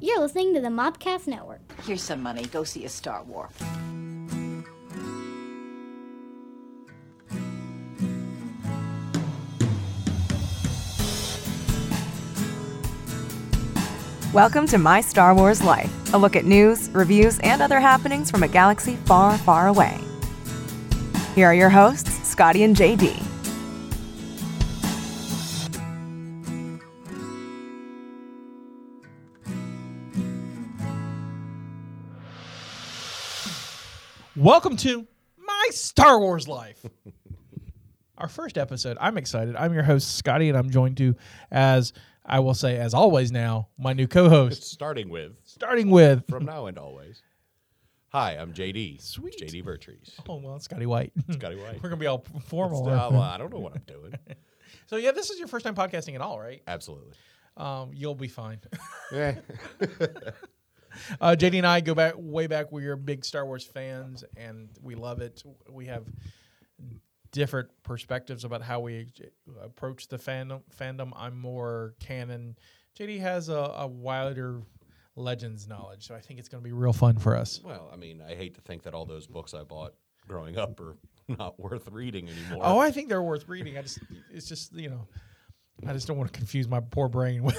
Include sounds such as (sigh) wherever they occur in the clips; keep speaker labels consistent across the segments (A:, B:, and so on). A: You're listening to the Mobcast Network.
B: Here's some money. Go see a Star War.
C: Welcome to My Star Wars Life, a look at news, reviews, and other happenings from a galaxy far, far away. Here are your hosts, Scotty and JD.
D: Welcome to my Star Wars life. Our first episode. I'm excited. I'm your host Scotty, and I'm joined to, as I will say, as always now, my new co-host.
E: starting with
D: Starting with,
E: from now and always. Hi, I'm JD.
D: Sweet.
E: JD Vertrees.
D: oh well, Scotty White. (laughs)
E: Scotty White.
D: We're gonna be all formal.
E: Uh, well, I don't know what I'm
D: (laughs)
E: doing.
D: so yeah, this is your first time podcasting at all, right?
E: Absolutely.
D: Um, you'll be fine.
E: Yeah.
D: (laughs) Uh, JD and I go back way back. We are big Star Wars fans, and we love it. We have different perspectives about how we approach the fandom. Fandom. I'm more canon. JD has a, a wider legends knowledge, so I think it's going to be real fun for us.
E: Well, I mean, I hate to think that all those books I bought growing up are (laughs) not worth reading anymore.
D: Oh, I think they're worth reading. I just, it's just you know, I just don't want to confuse my poor brain (laughs) with,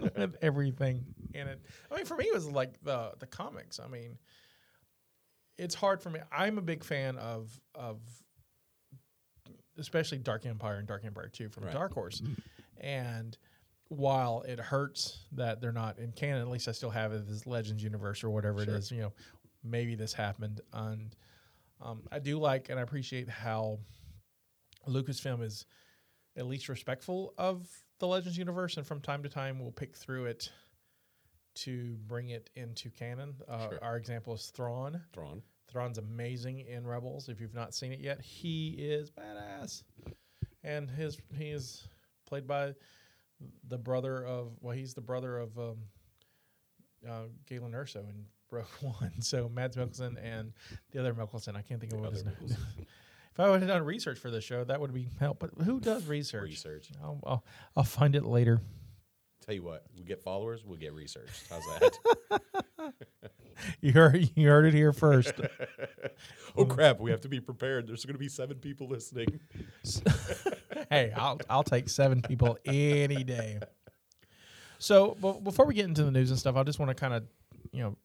D: with everything in it. I mean, for me, it was like the the comics. I mean, it's hard for me. I'm a big fan of of especially Dark Empire and Dark Empire Two from
E: Right.
D: Dark Horse, and while it hurts that they're not in canon, at least I still have it as Legends universe or whatever it is. You know, maybe this happened, and um, I do like and I appreciate how Lucasfilm is at least respectful of the Legends universe, and from time to time will pick through it to bring it into canon. Uh,
E: Sure.
D: Our example is Thrawn.
E: Thrawn.
D: Thrawn's amazing in Rebels. If you've not seen it yet, he is badass, and his he is played by the brother of well, he's the brother of um, uh, Galen Erso in Rogue (laughs) One. So Mads Mikkelsen and the other Mikkelsen, I can't think of what his name. is. (laughs) if I would have done research for this show, that would be help. But who does research?
E: Research.
D: I'll, I'll, I'll find it later. (laughs)
E: Tell you what, we get followers, we'll get research. How's (laughs) that?
D: You heard you heard it here first.
E: oh crap, we have to be prepared. There's going to be seven people listening.
D: hey, I'll I'll take seven people any day. So b- before we get into the news and stuff, I just want to kind of, you know,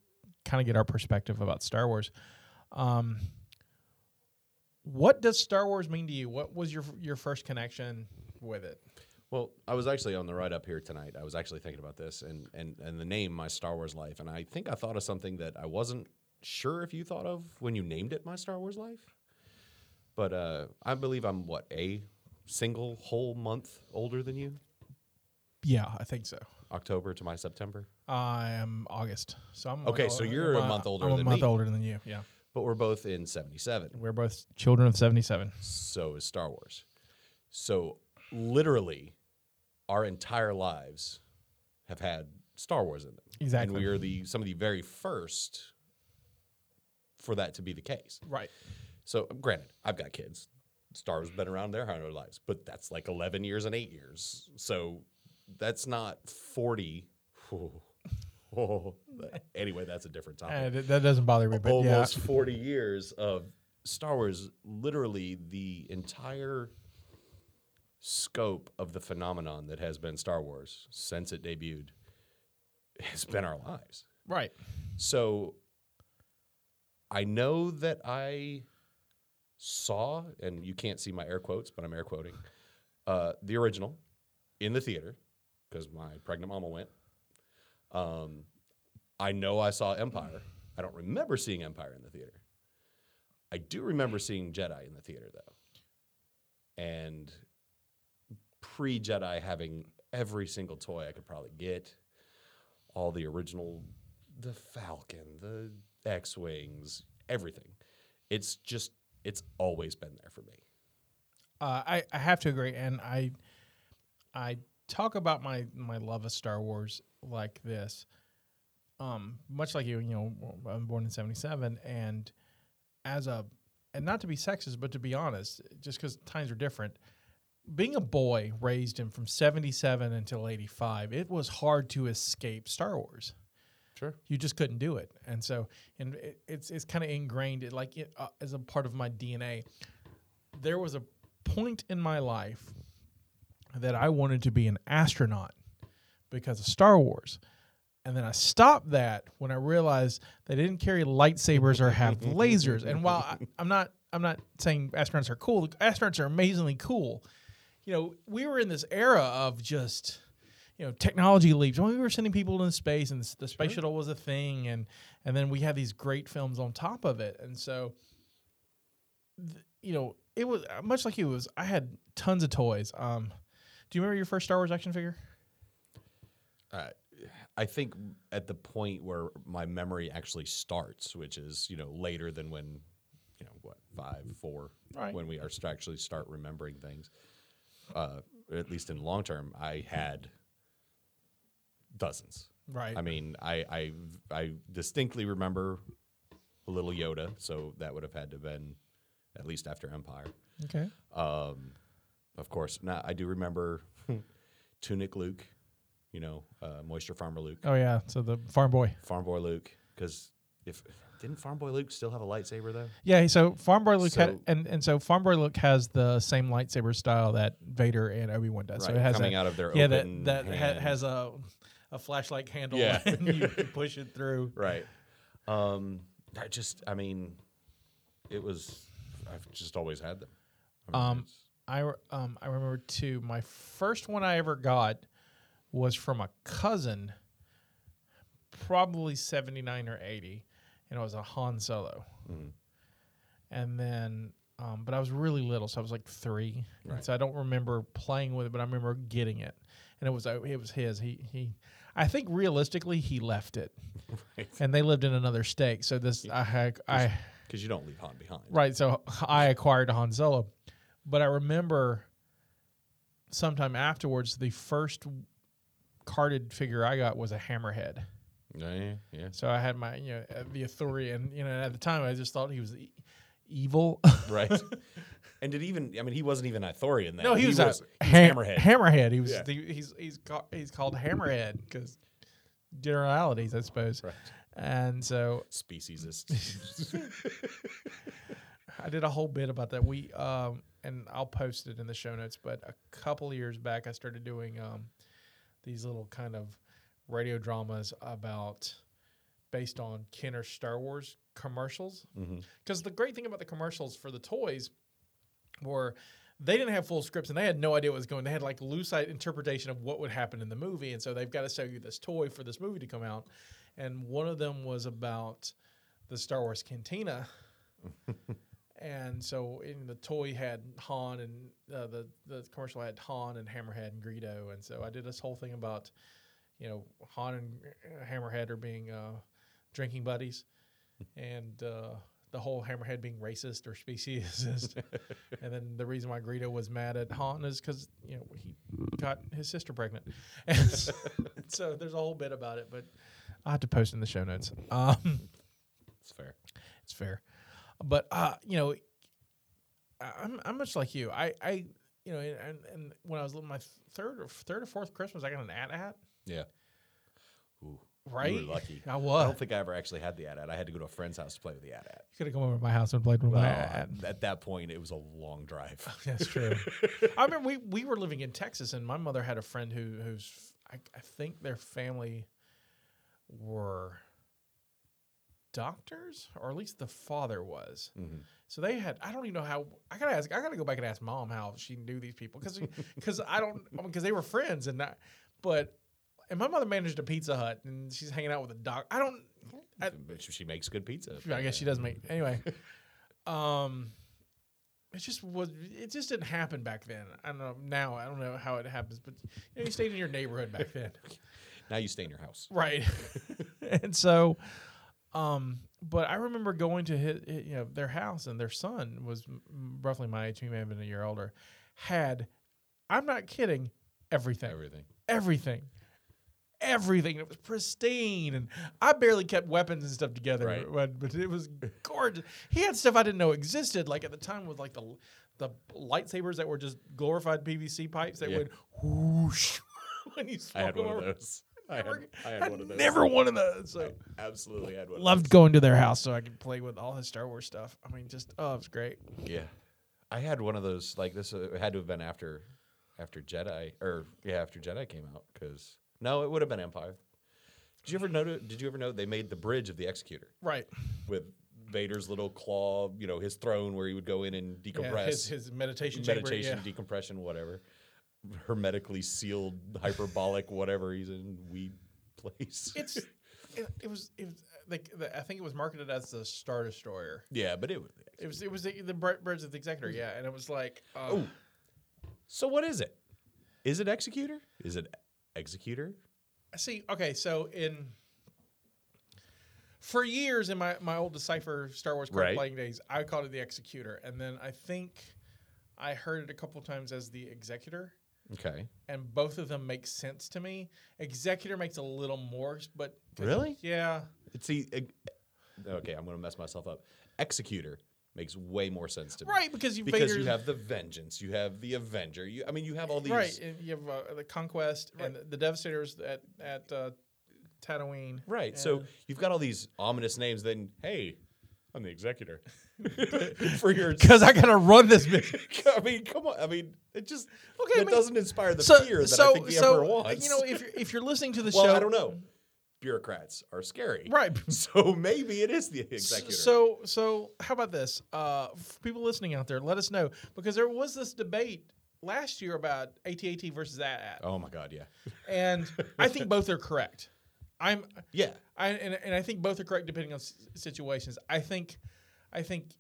D: kind of get our perspective about Star Wars. Um, what does Star Wars mean to you? What was your your first connection with it?
E: Well, I was actually on the ride up here tonight. I was actually thinking about this and, and, and the name My Star Wars Life. And I think I thought of something that I wasn't sure if you thought of when you named it My Star Wars Life. But uh, I believe I'm, what, a single whole month older than you?
D: Yeah, I think so.
E: October to my September?
D: I am August, so I'm
E: Okay, so you're a
D: I'm
E: month older
D: I'm a
E: than
D: month
E: me.
D: older than you. Yeah,
E: But we're both in 77.
D: we're both children of '77.
E: So is Star Wars. So literally, our entire lives have had Star Wars in them.
D: Exactly.
E: And we are the some of the very first for that to be the case.
D: Right.
E: So granted, I've got kids. Star Wars has been around their entire lives, but that's like eleven years and eight years. So that's not forty. (laughs) anyway, that's a different topic
D: And that doesn't bother me, but
E: almost
D: yeah,
E: 40 years of Star Wars, literally the entire scope of the phenomenon that has been Star Wars since it debuted has been our lives.
D: right.
E: So I know that I saw, and you can't see my air quotes, but I'm air quoting, uh, the original in the theater because my pregnant mama went. Um, I know I saw Empire. I don't remember seeing Empire in the theater. I do remember seeing Jedi in the theater though, and pre Jedi having every single toy I could probably get, all the original, the Falcon, the X wings, everything. It's just it's always been there for me.
D: Uh, I, I have to agree, and I I talk about my my love of Star Wars like this, um, much like you. You know, I'm born in '77, and as a and not to be sexist, but to be honest, just because times are different, being a boy raised him from 77 until 85 it was hard to escape star wars
E: Sure.
D: you just couldn't do it and so and it, it's it's kind of ingrained it like it, uh, as a part of my dna there was a point in my life that i wanted to be an astronaut because of star wars and then i stopped that when i realized they didn't carry lightsabers or have lasers and while I, i'm not i'm not saying astronauts are cool astronauts are amazingly cool you know we were in this era of just you know technology leaps. When we were sending people into space, and s- the space shuttle was a thing, and and then we had these great films on top of it, and so, th- you know, it was uh, much like it was. I had tons of toys. Um, do you remember your first Star Wars action figure?
E: I think at the point where my memory actually starts, which is you know later than when you know what five, four,
D: Right.
E: when we are st- actually start remembering things. Uh, at least in long term, I had dozens.
D: Right.
E: I mean, I I I distinctly remember a little Yoda, so that would have had to have been at least after Empire.
D: Okay.
E: Um, of course, now I do remember Tunic Luke, you know, uh, Moisture Farmer Luke.
D: Oh yeah. So the farm boy.
E: Farm Boy Luke, because if didn't Farm Boy Luke still have a lightsaber though?
D: Yeah. So farm boy Luke had,
E: So-
D: and and so farm boy Luke has the same lightsaber style that Vader and Obi Wan does. So
E: Right,
D: it has
E: coming
D: that-
E: out of their
D: yeah
E: open
D: that that ha-
E: hand.
D: has a a flashlight handle
E: Yeah.
D: (laughs) and you, you push it
E: (laughs)
D: through.
E: Right. Um, I just, I mean, it was. I've just always had them. I mean,
D: Um,
E: it's-
D: I re- um I remember too. My first one I ever got was from a cousin, probably seventy nine or eighty, and it was a Han Solo. And then, um, but I was really little, so I was like three, and
E: Right.
D: so I don't remember playing with it, but I remember getting it, and it was uh, it was his. He he, I think realistically he left it, and they lived in another state, so this I had I.
E: Because you don't leave Han behind.
D: Right. So I acquired Han Solo, but I remember sometime afterwards the first carded figure I got was a hammerhead.
E: Yeah, yeah, yeah.
D: So I had my you know uh, the authority, and you know at the time I just thought he was e- (laughs) evil.
E: Right. (laughs) and did even? I mean, he wasn't even a Thorian then.
D: no, he, was, a
E: he
D: ha-
E: hammerhead.
D: Hammerhead. He was
E: Yeah.
D: the, he's he's ca- he's called hammerhead because generalities, I suppose.
E: Right.
D: And so (laughs)
E: Speciesist.
D: I did a whole bit about that. We um, and I'll post it in the show notes. But a couple of years back, I started doing um, these little kind of radio dramas about based on Kenner Star Wars commercials. Because the great thing about the commercials for the toys were they didn't have full scripts and they had no idea what was going. They had like loose i- interpretation of what would happen in the movie, and so they've got to sell you this toy for this movie to come out. And one of them was about the Star Wars Cantina. And so in the toy had Han and uh, the the commercial had Han and Hammerhead and Greedo, and so I did this whole thing about, you know, Han and uh, Hammerhead are being uh, drinking
E: (laughs)
D: buddies, and uh, the whole Hammerhead being racist or speciesist,
E: (laughs)
D: and then the reason why Greedo was mad at Han is because you know he
E: (laughs)
D: got his sister pregnant, (laughs) and so, so there's a whole bit about it, but I will have to post in the show notes. Um,
E: It's fair.
D: it's fair. But uh, you know, I- I'm I'm much like you. I I you know, and, and when I was little, my third or third or fourth Christmas, I got an at at.
E: Yeah. Ooh,
D: Right?
E: You were lucky.
D: I
E: I
D: was.
E: don't think I ever actually had the AT-AT. I had to go to a friend's house to play with the AT-AT.
D: You could have come over to my house and played with
E: Well,
D: my at.
E: at that point, it was a long drive.
D: (laughs) That's
E: (laughs)
D: true. I remember we, we were living in Texas, and my mother had a friend who who's I, I think their family were doctors, or at least the father was. So they had I don't even know how I gotta ask I gotta go back and ask mom how she knew these people because because I don't because they were friends and not but and my mother managed a Pizza Hut and she's hanging out with a doc. I don't. I,
E: But she makes good pizza.
D: I guess she does make anyway. Um, it just was. It just didn't happen back then. I don't know now. I don't know how it happens, but you, know, you stayed in your neighborhood back then,
E: Now you stay in your house.
D: right? (laughs) and so, um, but I remember going to his, you know their house, and their son was m- roughly my age. He may have been a year older. Had, I'm not kidding, everything
E: Everything.
D: everything. Everything. It was pristine. And I barely kept weapons and stuff together.
E: Right.
D: But, but it was gorgeous. He had stuff I didn't know existed. Like at the time with like the the lightsabers that were just glorified PVC pipes that
E: Yeah.
D: would whoosh (laughs) when you
E: I had
D: swung
E: one of
D: over.
E: those. (laughs) I had, I had one of those.
D: Never one of those. So.
E: I absolutely had one. of
D: Loved going to their house so I could play with all his Star Wars stuff. I mean, just oh, it was great.
E: those. Yeah, I had one of those. Like this uh, had to have been after, after Jedi or yeah, after Jedi came out because no, it would have been Empire. Did you ever know? Did you ever know they made the bridge of the Executor
D: Right.
E: with Vader's little claw? You know his throne where he would go in and
D: Yeah,
E: decompress.
D: his, his meditation chamber,
E: meditation,
D: yeah.
E: decompression, whatever, hermetically sealed, hyperbolic, whatever he's in, weed place.
D: It's it, it was it was like the, I think it was marketed as the Star Destroyer.
E: (laughs) yeah, but it was.
D: It was it was the, the Bre- Birds of the Executor, yeah, and it was like uh,
E: Oh, so what is it? Is it executor? Is it executor?
D: See, okay, so in for years in my my old Decipher Star Wars card
E: Right.
D: playing days, I called it the Executor, and then I think I heard it a couple times as the Executor,
E: Okay.
D: and both of them make sense to me. Executor makes a little more, but
E: Really?
D: yeah,
E: It's
D: e,
E: the. ex- Okay, I'm gonna mess myself up. Executor makes way more sense to me.
D: right because you
E: Because
D: Vader-
E: you have the vengeance, you have the Avenger. You, I mean, you have all these.
D: right, and you have uh, the Conquest and the, the Devastators at at uh, Tatooine,
E: (laughs) Right. So you've got all these ominous names. Then, hey, I'm
D: (laughs)
E: the executor for your.
D: because I gotta run this bitch.
E: (laughs)
D: (laughs)
E: I mean, come on. I mean, it just
D: Okay,
E: it
D: I mean-
E: doesn't inspire the fear that I think the emperor wants.
D: You know, if you're, if you're listening to the
E: (laughs) well,
D: show,
E: I don't know. Bureaucrats are scary,
D: Right.
E: (laughs) So maybe it is the executor.
D: So, so how about this? Uh, for people listening out there, let us know because there was this debate last year about ATAT versus AT-AT,
E: oh my god, yeah,
D: and I think both are correct. I'm,
E: yeah,
D: I and, and I think both are correct depending on s- situations. I think, I think,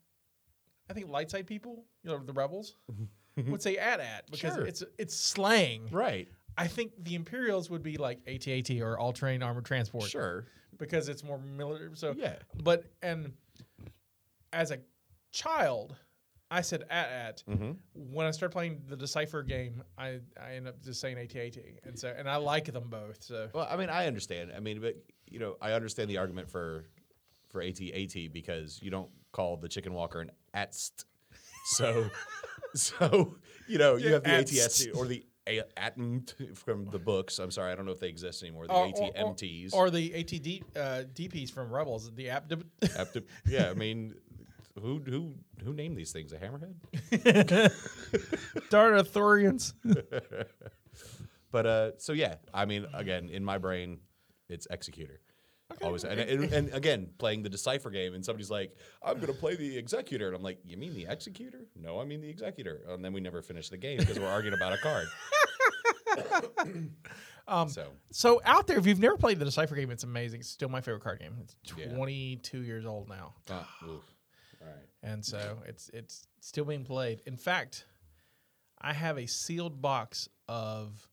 D: I think light side people, you know, the rebels, would say AT-AT because
E: Mm-hmm. Sure.
D: it's it's slang.
E: right,
D: I think the Imperials would be like ATAT or all terrain armored transport.
E: sure,
D: because it's more military. So
E: Yeah.
D: but and as a child, I said at at.
E: Mm-hmm.
D: When I started playing the Decipher game, I I end up just saying AT-AT. and so and I like them both. So
E: Well, I mean, I understand. I mean, but you know, I understand the argument for for AT AT because you don't call the chicken walker an atst. So, so you know, you have the
D: Atst.
E: ATST or the a- atmt from the books. I'm sorry, I don't know if they exist anymore. The ATMTs.
D: or, the ATD uh, DPs from Rebels, the app.
E: Have to- yeah, I mean, who who who named these things? A hammerhead.
D: (laughs) Darn Thorians.
E: But uh, so yeah, I mean, again, in my brain, it's executor. Always, and, and, and again, playing the decipher game, and somebody's like, "I'm gonna play the executor," and I'm like, "You mean the executor? No, I mean the executor." And then we never finish the game because we're arguing about a card. so
D: So out there, if you've never played the Decipher game, it's amazing. It's still my favorite card game. It's
E: Yeah.
D: 22 years old now.
E: uh, oof. all right,
D: and so it's it's still being played. In fact, I have a sealed box of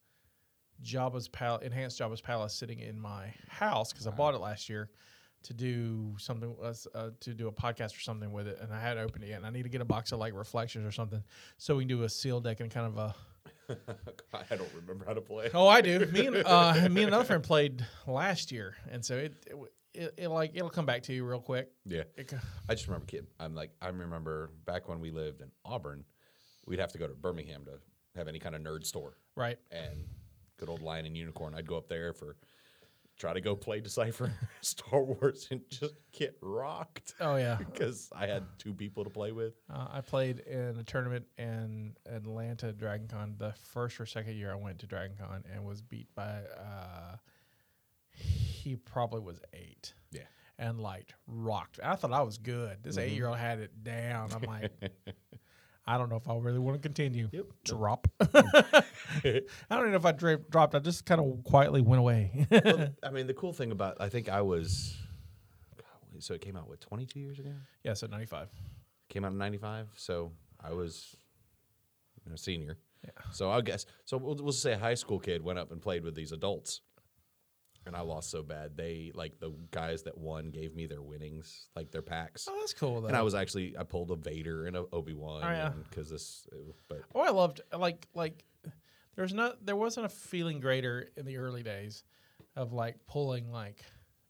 D: Jabba's Pal- enhanced Jabba's palace sitting in my house because I bought it last year to do something uh, to do a podcast or something with it, and I hadn't opened it yet. And I need to get a box of like reflections or something so we can do a seal deck and kind of a.
E: (laughs) I don't remember how to play.
D: (laughs) Oh, I do. (laughs) Me and uh, me and another friend played last year, and so it it, it, it like it'll come back to you real quick.
E: Yeah,
D: It c-
E: I just remember kid. I'm like, I remember back when we lived in Auburn, we'd have to go to Birmingham to have any kind of nerd store.
D: right.
E: and good old lion and unicorn. I'd go up there for try to go play decipher (laughs) Star Wars and just get rocked (laughs)
D: Oh yeah.
E: because I had two people to play with.
D: Uh, I played in a tournament in Atlanta Dragon Con the first or second year I went to Dragon Con and was beat by uh he probably was eight.
E: Yeah.
D: And like rocked. I thought I was good. This eight year old had it down. I'm (laughs) like I don't know if I really want to continue. Yep. Drop. (laughs) I don't even know if I dra- dropped. I just kind of quietly went away. (laughs)
E: I mean, the cool thing about I think I was God, so it came out what 22 years ago.
D: yeah, so 95.
E: Came out in 95, so I was you know, senior. So I guess so. We'll, we'll say a high school kid went up and played with these adults, and I lost so bad. They like the guys that won gave me their winnings, like their packs.
D: Oh, that's cool though.
E: And I was actually I pulled a Vader and a Obi Wan
D: Oh, yeah.
E: because this, but
D: Oh, I loved like like there's not there wasn't a feeling greater in the early days of like pulling like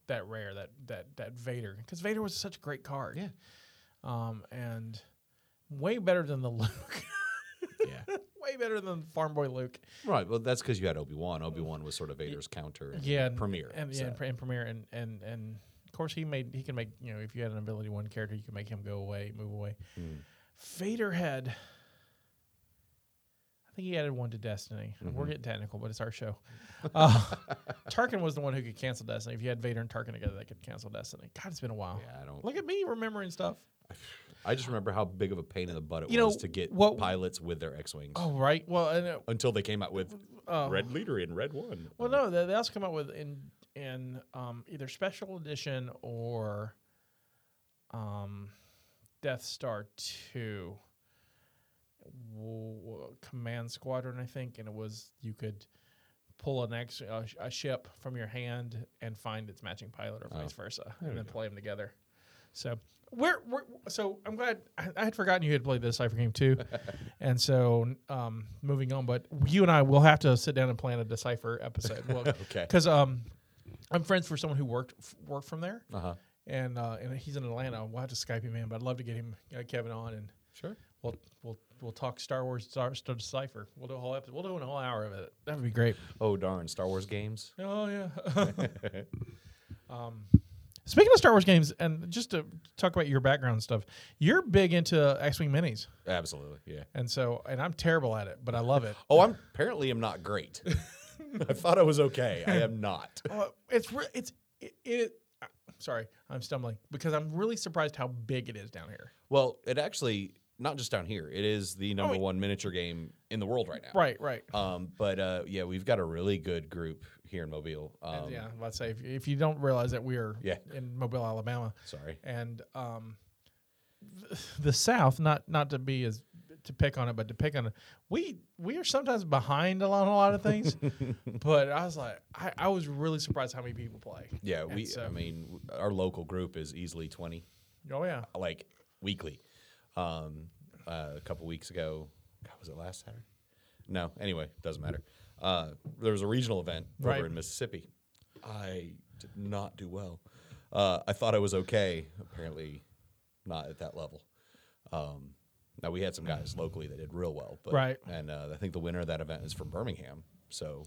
D: that rare that that that Vader because Vader was such a great card.
E: Yeah.
D: Um and way better than the (laughs) Luke. (laughs)
E: Yeah.
D: way better than Farm Boy Luke.
E: right. Well, that's because you had Obi Wan. Obi Wan was sort of Vader's counter. And
D: Yeah, and,
E: Premiere.
D: and yeah,
E: so.
D: and, pre- and premiere, and and and of course he made he can make you know if you had an ability one character you can make him go away, move away.
E: Mm.
D: Vader had, I think he added one to Destiny.
E: Mm-hmm.
D: We're getting technical, but it's our show. Uh, (laughs) Tarkin was the one who could cancel Destiny. If you had Vader and Tarkin together, they could cancel Destiny. God, it's been a while.
E: Yeah, I don't-
D: look at me remembering
E: (laughs)
D: stuff.
E: I just remember how big of a pain in the butt it
D: You know,
E: was to get
D: what-
E: pilots with their X wings
D: Oh right, well, and uh,
E: until they came out with Red Leader and Red One.
D: Well, no, they, they also come out with in in um, either special edition or um, Death Star Two w- Command Squadron, I think, and it was you could pull an ex a, sh- a ship from your hand and find its matching pilot or vice versa, and then play them together. So we're, we're so I'm glad I, I had forgotten you had played this cipher game (laughs) too, and so um, moving on. But you and I will have to sit down and plan a decipher episode. (laughs) Well,
E: Okay.
D: Because um, I'm friends for someone who worked f- worked from there,
E: Uh-huh.
D: and uh, and he's in Atlanta. We'll have to Skype him in, but I'd love to get him uh, Kevin on, and
E: Sure.
D: we'll we'll we'll talk Star Wars Star, Star Decipher. We'll do a whole episode. We'll do a whole hour of it. That would be great.
E: Oh darn, Star Wars games.
D: Oh yeah. um, (laughs) speaking of Star Wars games, and just to talk about your background stuff, you're big into X-wing minis,
E: Absolutely. Yeah.
D: and so and I'm terrible at it, but I love it.
E: Oh, I'm apparently am not great. I thought I was okay. I am not.
D: (laughs) Uh, it's re- it's it. it uh, sorry, I'm stumbling because I'm really surprised how big it is down here.
E: Well, it actually not just down here. It is the number
D: Oh, wait.
E: one miniature game in the world right now.
D: Right, right.
E: Um, but uh, yeah, we've got a really good group here in Mobile. Um,
D: yeah, let's say if, if you don't realize that we are
E: Yeah.
D: in Mobile, Alabama,
E: Sorry.
D: and um, the South, not not to be as to pick on it, but to pick on it, we we are sometimes behind a lot, a lot of
E: (laughs)
D: things. but I was like, I, I was really surprised how many people play.
E: Yeah, we.
D: And so-
E: I mean, w- our local group is easily twenty,
D: Oh yeah,
E: like weekly. Um, uh, a couple weeks ago, God, was it last Saturday? No. Anyway, doesn't matter. Uh, there was a regional event
D: Right.
E: over in Mississippi. I did not do well. Uh, I thought I was okay. Apparently, not at that level. Um, now we had some guys locally that did real well, but,
D: Right.
E: And uh, I think the winner of that event is from Birmingham. So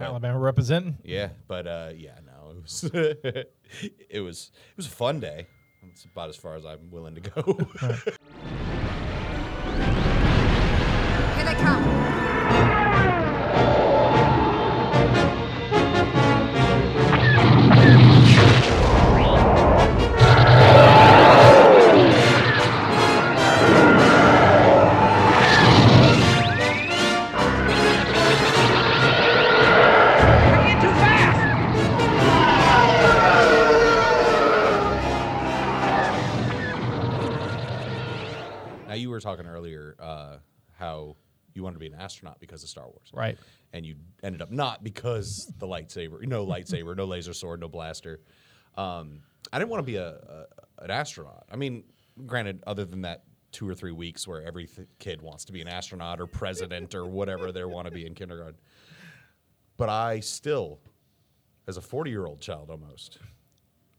D: Alabama representing.
E: yeah, but uh, yeah, no, it was (laughs) it was it was a fun day. It's about as far as I'm willing to go.
F: Here they come.
E: (laughs) now you were talking earlier uh, how you wanted to be an astronaut because of Star Wars,
D: Right.
E: And you ended up not because the lightsaber, no lightsaber, no laser sword, no blaster. Um, I didn't want to be a, a an astronaut. I mean, granted, other than that two or three weeks where every th- kid wants to be an astronaut or president or whatever they want to be in kindergarten, but I still, as a forty-year-old child almost,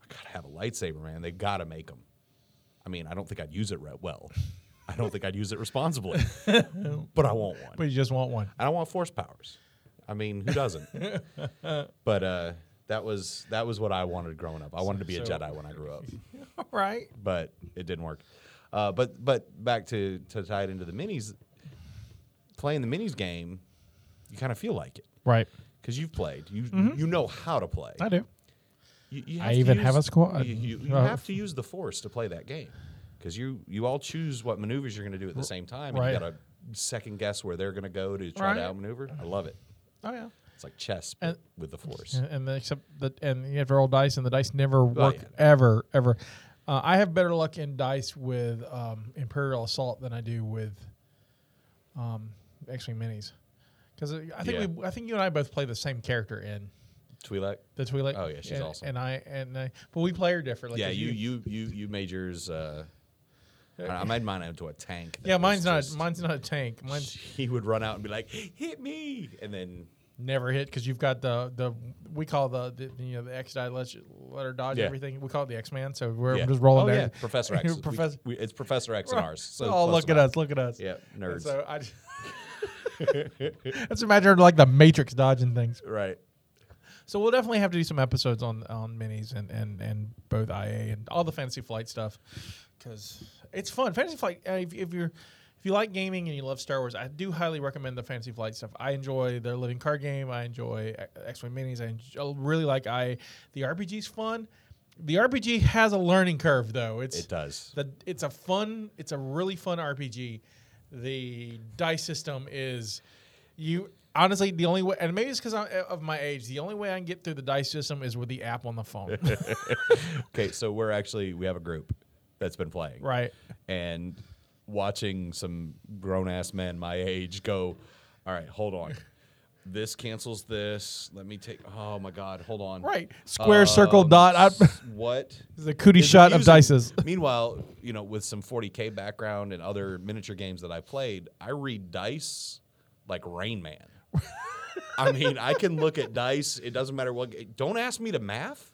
E: I gotta have a lightsaber, man. They gotta make them. I mean, I don't think I'd use it re- well. I don't think I'd use it responsibly, but I want one.
D: But you just want one.
E: And I want force powers. I mean,
D: (laughs)
E: who doesn't? but uh, that was that was what I wanted growing up. I wanted to be a
D: so-
E: Jedi when I grew up,
D: right.
E: but it didn't work. Uh, but but back to to tie it into the minis, playing the minis game, you kind of feel like it
D: Right.
E: because you've played. You you know how to play.
D: Mm-hmm. I do.
E: You, you
D: I
E: to
D: even
E: use-
D: have a squad.
E: You, you- you
D: Uh,
E: have to use the force to play that game because you you all choose what maneuvers you're going to do at the same time. And
D: right.
E: You got to second guess where they're going to go to try to
D: Right.
E: outmaneuver. I love it.
D: Oh yeah.
E: It's like chess but
D: And-
E: with the force.
D: and, and the, except that and you have to roll dice and the dice never work
E: Oh, yeah.
D: ever ever uh, i have better luck in dice with um, imperial assault than i do with um, x-wing minis because i think
E: Yeah.
D: we, i think you and i both play the same character in
E: Twi'lek.
D: the Twi'lek.
E: Oh, yeah, she's
D: and,
E: awesome.
D: and i and I, but we play her differently
E: Yeah,
D: 'cause
E: you you you you made yours. Uh, I don't know, I made mine into a tank. that
D: yeah
E: was
D: mine's not
E: just- (laughs)
D: mine's not a tank mine's
E: He would run out and be like, "Hit me!" and then
D: never hit because you've got the the we call the, the you know the X die let letter dodge
E: Yeah.
D: everything. We call it the X man. So we're
E: Yeah.
D: just rolling
E: Oh,
D: down.
E: yeah,
D: (laughs)
E: Professor X. We-
D: Professor.
E: we- it's Professor X and ours. So
D: oh,
E: close
D: look at
E: enough.
D: us! Look at us!
E: Yeah,
D: And
E: nerds.
D: So
E: (laughs)
D: I just, just imagine like the Matrix dodging things.
E: Right.
D: So we'll definitely have to do some episodes on on minis and and and both IA and all the Fantasy Flight stuff because it's fun. Fantasy Flight. uh, If, if you're if you like gaming and you love Star Wars, I do highly recommend the Fantasy Flight stuff. I enjoy their living card game. I enjoy X Wing minis. I enj- I really like I. The RPG's fun. The RPG has a learning curve though. It's
E: It does.
D: the it's a fun it's a really fun rpg the dice system is you honestly the only way and maybe it's because of my age the only way i can get through the dice system is with the app on the (laughs) phone
E: Okay, so we're actually we have a group that's been playing.
D: right
E: And watching some grown ass men my age go, all right, hold on. This cancels this. Let me take. Oh my God! Hold on. Um,
D: Right. Square, circle, dot. I-
E: s-
D: (laughs)
E: what?
D: the cootie
E: is
D: shot of
E: using.
D: dices (laughs)
E: Meanwhile, you know, with some 40k background and other miniature games that I played, I read dice like Rain
D: (laughs)
E: Man. I mean, I can look at dice. It doesn't matter what. g- Don't ask me to math,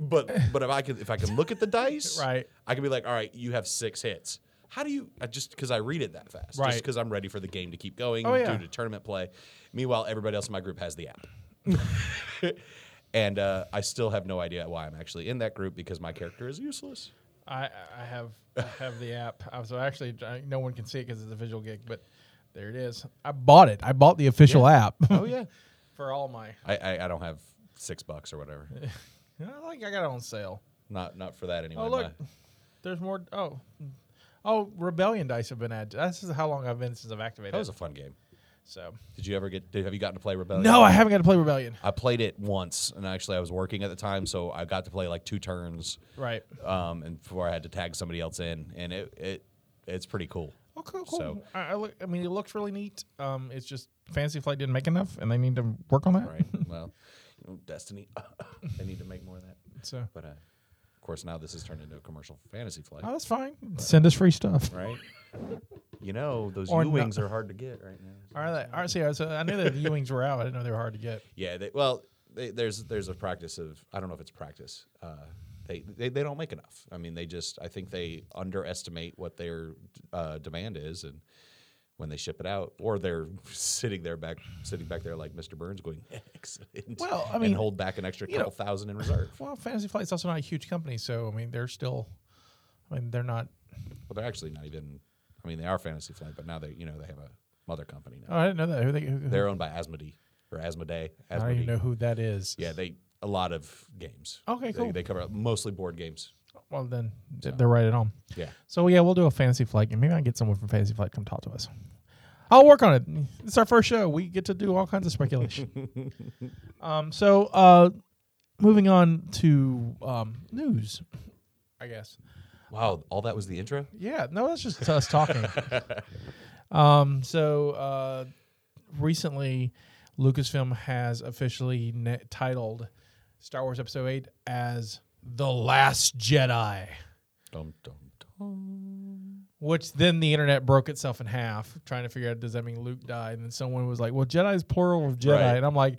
E: but but if I can if I can look at the dice,
D: Right.
E: I can be like, all right, you have six hits. How do you I just because I read it that fast?
D: Right.
E: Just because I'm ready for the game to keep going
D: Oh, yeah.
E: due to tournament play. Meanwhile, everybody else in my group has the app. (laughs) And uh, I still have no idea why I'm actually in that group because my character is useless.
D: I, I have I have the app. I was actually I, no one can see it because it's a visual gig, but there it is. I bought it. I bought the official app. (laughs) Oh yeah, for all my.
E: I, I, I don't have six bucks or whatever.
D: I like I got it on sale.
E: not not for that anyway.
D: Oh look,
E: My-
D: there's more. Oh, oh, rebellion dice have been added. This is how long I've been since I've activated.
E: that was a
D: it.
E: fun game.
D: so
E: Did you ever get? Did, have you gotten to play Rebellion?
D: no, I haven't got to play rebellion.
E: I played it once, and actually I was working at the time, so I got to play like two turns,
D: Right.
E: um, and before I had to tag somebody else in, and it it it's pretty cool.
D: Oh, cool, cool.
E: So-
D: I, I, look, I mean, it looks really neat. Um, it's just Fantasy Flight didn't make enough, and they need to work on that. (laughs)
E: Right. well, you know, Destiny. (laughs) I need to make more of that.
D: So,
E: But uh, of course, now this has turned into a commercial fantasy flight,
D: oh, that's fine. Send us free stuff.
E: right? You know those
D: Or
E: U wings
D: not.
E: are hard to get right now.
D: All right, all right. See, I, was- I knew that the Ewings were out. I didn't know they were hard to get.
E: Yeah, they, well, they, there's there's a practice of I don't know if it's practice. Uh, they, they they don't make enough. I mean, they just I think they underestimate what their uh, demand is, and when they ship it out, or they're sitting there back sitting back there like Mr. Burns going (laughs) excellent.
D: Well, I mean,
E: and hold back an extra
D: know-
E: couple thousand in reserve. Well,
D: Well, Fantasy Flight's also not a huge company, so I mean, they're still. I mean, they're not.
E: they're actually not even. I mean, they are Fantasy Flight, but now they you know they have a mother company now.
D: Oh, I didn't know that. Who they? Who, who-
E: they're owned by Asmodee or Asmodee.
D: I don't even
E: Asmodee.
D: know who that is.
E: Yeah, they a lot of games.
D: Okay,
E: They-
D: cool.
E: They cover mostly board games.
D: Well, then th- they're right at home.
E: Yeah.
D: So yeah, we'll do a fantasy flight, and maybe I can get someone from fantasy flight to come talk to us. I'll work on it. It's our first show. We get to do all kinds of speculation. um, so uh, moving on to um, news, I guess.
E: Wow, all that was the intro?
D: Yeah, no, that's just us talking. um, so uh, recently, Lucasfilm has officially na- titled Star Wars Episode Eight as the Last Jedi.
E: Dum, dum, dum.
D: Which then the internet broke itself in half, trying to figure out does that mean Luke died? And then someone was like, "Well, Jedi is plural of Jedi,"
E: Right.
D: and I'm like,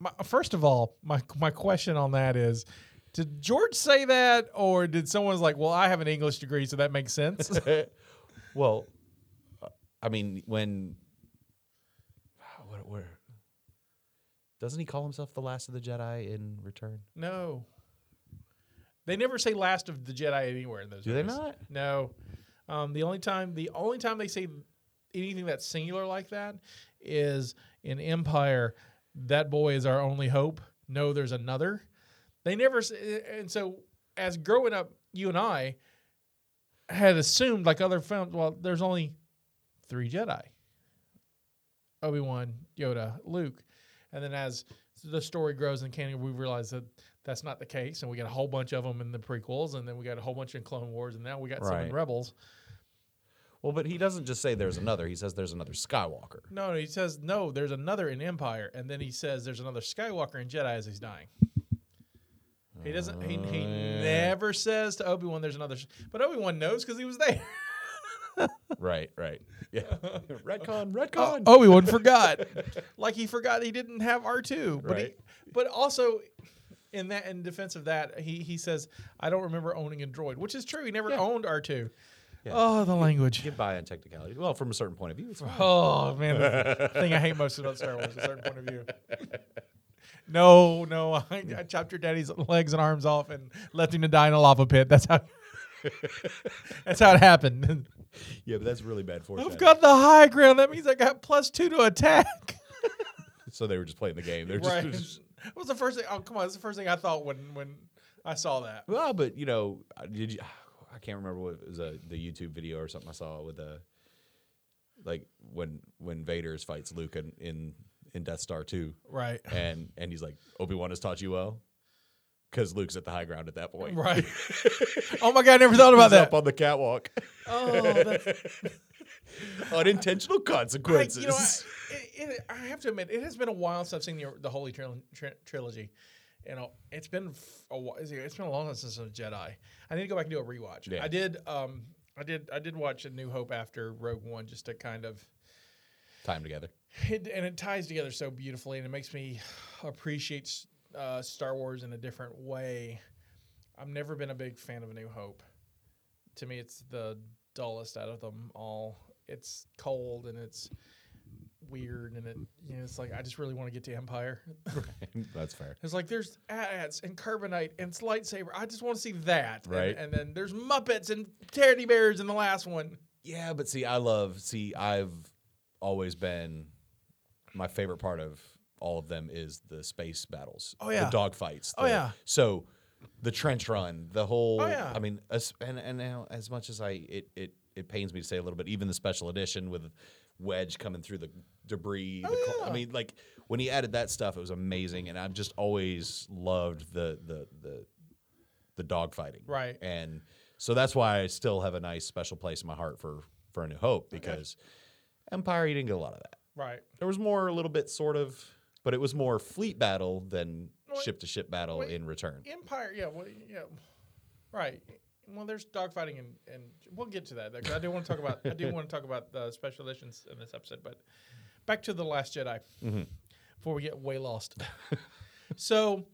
D: my, first of all, my my question on that is, did George say that, or did someone's like, "Well, I have an English degree, so that makes sense."
E: (laughs) Well, uh, I mean, when. What, what, doesn't he call himself the last of the Jedi in Return?
D: no, they never say "Last of the Jedi" anywhere in those.
E: Do they
D: movies.
E: not?
D: No. Um, the only time the only time they say anything that's singular like that is in Empire. That boy is our only hope. No, there's another. They never. s- eh, And so, as growing up, you and I had assumed like other films. Well, there's only three Jedi: Obi Wan, Yoda, Luke. And then as the story grows in canon, we realize that that's not the case, and we got a whole bunch of them in the prequels, and then we got a whole bunch in Clone Wars, and now we got some in
E: Right.
D: Rebels.
E: Well, but he doesn't just say there's another. He says there's
D: (laughs)
E: another Skywalker.
D: No, he says no. There's another in Empire, and then he says there's another Skywalker in Jedi as he's dying. He doesn't. He, he never says to Obi Wan there's another. Sh- but Obi Wan knows because he was there.
E: right, right.
D: (laughs)
E: Yeah. Redcon,
D: Oh,
E: redcon.
D: oh, he one forgot. (laughs) like he forgot he didn't have R two, but
E: Right.
D: he, but also in that in defense of that, he he says I don't remember owning a droid, which is true. He never owned R two. Oh, the language.
E: Get by on technicality. Well, from a certain point of view,
D: (laughs)
E: it's fine.
D: Oh man, the thing I hate most about Star Wars, a certain point of view. No, no, I, I chopped your daddy's legs and arms off and left him to die in a lava pit. That's how. that's how it happened.
E: yeah, but that's really bad foreshadowing.
D: I've got the high ground. That means I got plus two to attack.
E: So they were just playing the game. They're just,
D: Right. What was the first thing? Oh, come on. That's the first thing I thought when when I saw that.
E: well, but you know, I- did you, I can't remember what it was a the YouTube video or something I saw with a like when when Vader's fights Luke in in, in Death Star two,
D: Right.
E: and and he's like Obi Wan has taught you well, because Luke's at the high ground at that point.
D: Right. oh my God, I never thought about
E: (laughs) He's
D: that.
E: up on the catwalk. (laughs)
D: Oh, that's,
E: Unintentional
D: I,
E: consequences.
D: you know, I, (laughs) it, it, I have to admit, it has been a while since I've seen the, the Holy Tril- tri- Trilogy. You know, it's been f- a while, it's been a long time since I've Jedi. I need to go back and do a rewatch.
E: Yeah.
D: I did, um, I did, I did watch A New Hope after Rogue One just to kind of.
E: Time together. (laughs)
D: it, and it ties together so beautifully, and it makes me appreciate s- uh, Star Wars in a different way. I've never been a big fan of A New Hope. To me, it's the dullest out of them all. It's cold and it's weird, and it you know it's like I just really want to get to Empire.
E: That's fair.
D: It's like there's ads and carbonite and it's lightsaber. I just want to see that, And-
E: Right.
D: And, then there's Muppets and teddy bears in the last one.
E: Yeah, but see, I love. See, I've always been. My favorite part of all of them is the space battles.
D: Oh, yeah.
E: the dog fights.
D: Oh,
E: the-
D: yeah.
E: So, the trench run, the whole.
D: Oh, yeah.
E: I mean, as, and and now as much as I, it it it pains me to say a little bit, even the special edition with Wedge coming through the debris.
D: Oh,
E: the cl- I mean, like when he added that stuff, it was amazing, and I've just always loved the the the the dog fighting.
D: Right.
E: And so that's why I still have a nice special place in my heart for for A New Hope because Empire you didn't get a lot of that.
D: Right.
E: There was more a little bit sort of, but it was more fleet battle than ship to ship battle
D: wait.
E: in return.
D: Empire, yeah, well, yeah, right. Well, there's dogfighting, and, and we'll get to that because I do want to talk about I do want to talk about the special editions in this episode. But back to the Last Jedi before we get way lost. (laughs) so